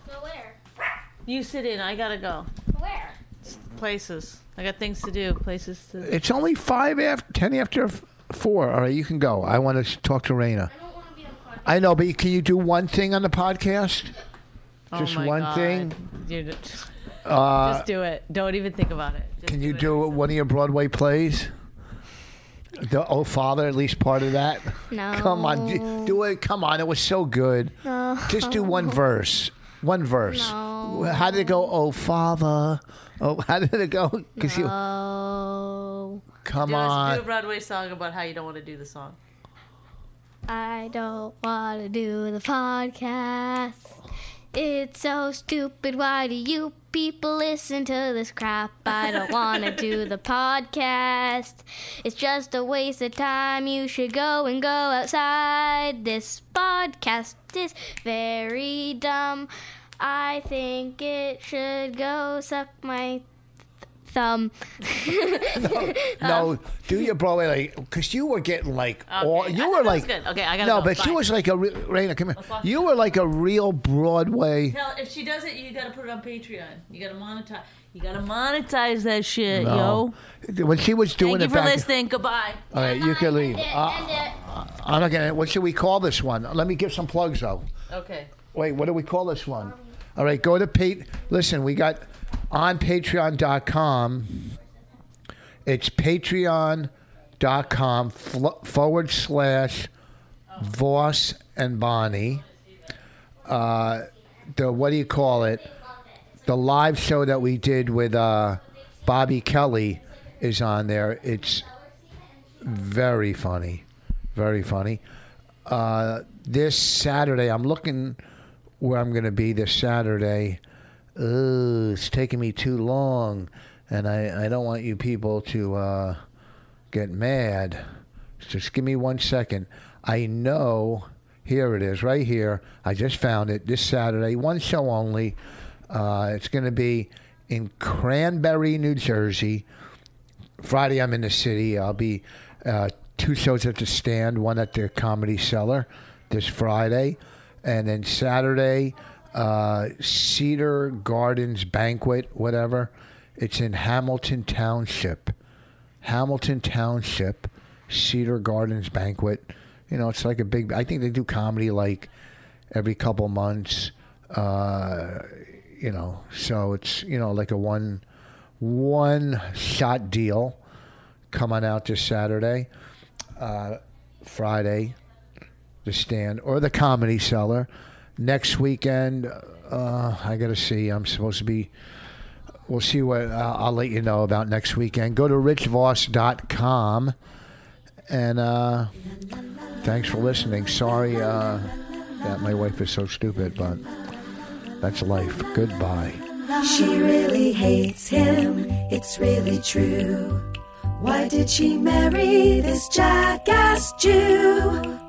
[SPEAKER 3] Go where?
[SPEAKER 2] You sit in. I gotta go.
[SPEAKER 3] Where?
[SPEAKER 2] Places. I got things to do. Places to.
[SPEAKER 1] It's only five after ten after f- four. All right, you can go. I want to talk to Raina.
[SPEAKER 3] I don't want to be on podcast.
[SPEAKER 1] I know, but can you do one thing on the podcast? Just
[SPEAKER 2] oh my
[SPEAKER 1] one
[SPEAKER 2] God.
[SPEAKER 1] thing. Uh,
[SPEAKER 2] You're just, just do it. Don't even think about it. Just
[SPEAKER 1] Can you
[SPEAKER 2] it.
[SPEAKER 1] do one of your Broadway plays? The Oh Father, at least part of that.
[SPEAKER 3] No.
[SPEAKER 1] Come on, d- do it. Come on, it was so good. Just do one verse. One verse.
[SPEAKER 3] No.
[SPEAKER 1] How did it go? Oh Father. Oh, how did it go? 'Cause you,
[SPEAKER 3] Oh,
[SPEAKER 1] come
[SPEAKER 2] Do a- do a
[SPEAKER 1] on.
[SPEAKER 2] Broadway song about how you don't want to do the song.
[SPEAKER 3] I don't want to do the podcast. It's so stupid. Why do you people listen to this crap? I don't want to do the podcast. It's just a waste of time. You should go and go outside. This podcast is very dumb. I think it should go suck my th- thumb.
[SPEAKER 1] No, do your Broadway like because you were getting like all,
[SPEAKER 2] Um, Okay,
[SPEAKER 1] you
[SPEAKER 2] I
[SPEAKER 1] were
[SPEAKER 2] thought that was
[SPEAKER 1] like
[SPEAKER 2] good. Okay, I gotta
[SPEAKER 1] no,
[SPEAKER 2] go.
[SPEAKER 1] but she
[SPEAKER 2] Bye.
[SPEAKER 1] was like a re- Raina. Come here.
[SPEAKER 2] walk.
[SPEAKER 1] You were like a real Broadway.
[SPEAKER 2] Hell, if she does it, you gotta put it on Patreon. You gotta monetize. You gotta monetize that shit,
[SPEAKER 1] No.
[SPEAKER 2] yo.
[SPEAKER 1] When she was doing
[SPEAKER 2] Thank you
[SPEAKER 1] it
[SPEAKER 2] for
[SPEAKER 1] back.
[SPEAKER 2] listening. Goodbye.
[SPEAKER 1] All right, you can leave.
[SPEAKER 3] End it,
[SPEAKER 1] Uh,
[SPEAKER 3] end it.
[SPEAKER 1] I'm not gonna. What should we call this one? Let me give some plugs though.
[SPEAKER 2] Okay.
[SPEAKER 1] Wait, what do we call this one? All right, go to Pete. Listen, we got on Patreon.com. It's Patreon.com fl- forward slash Voss and Bonnie. Uh, the what do you call it? The live show that we did with uh, Bobby Kelly is on there. It's very funny, very funny uh, this Saturday. I'm looking where I'm going to be this Saturday. Ooh, it's taking me too long, and I, I don't want you people to uh, get mad. Just give me one second. I know. Here it is, right here. I just found it this Saturday. One show only. Uh, it's going to be in Cranberry, New Jersey. Friday I'm in the city. I'll be uh, two shows at the stand, one at the Comedy Cellar this Friday, and then Saturday, uh, Cedar Gardens Banquet, whatever. It's in Hamilton Township. Hamilton Township, Cedar Gardens Banquet. You know, it's like a big. I think they do comedy like every couple months. Uh, you know, so it's you know like a one one shot deal. Come on out this Saturday, uh, Friday, the stand or the comedy cellar. Next weekend, uh, I got to see. I'm supposed to be We'll see what uh, I'll let you know about next weekend. Go to richvoss.com. And uh, thanks for listening. Sorry uh, that my wife is so stupid, but that's life. Goodbye.
[SPEAKER 4] She really hates him, it's really true. Why did she marry this jackass Jew?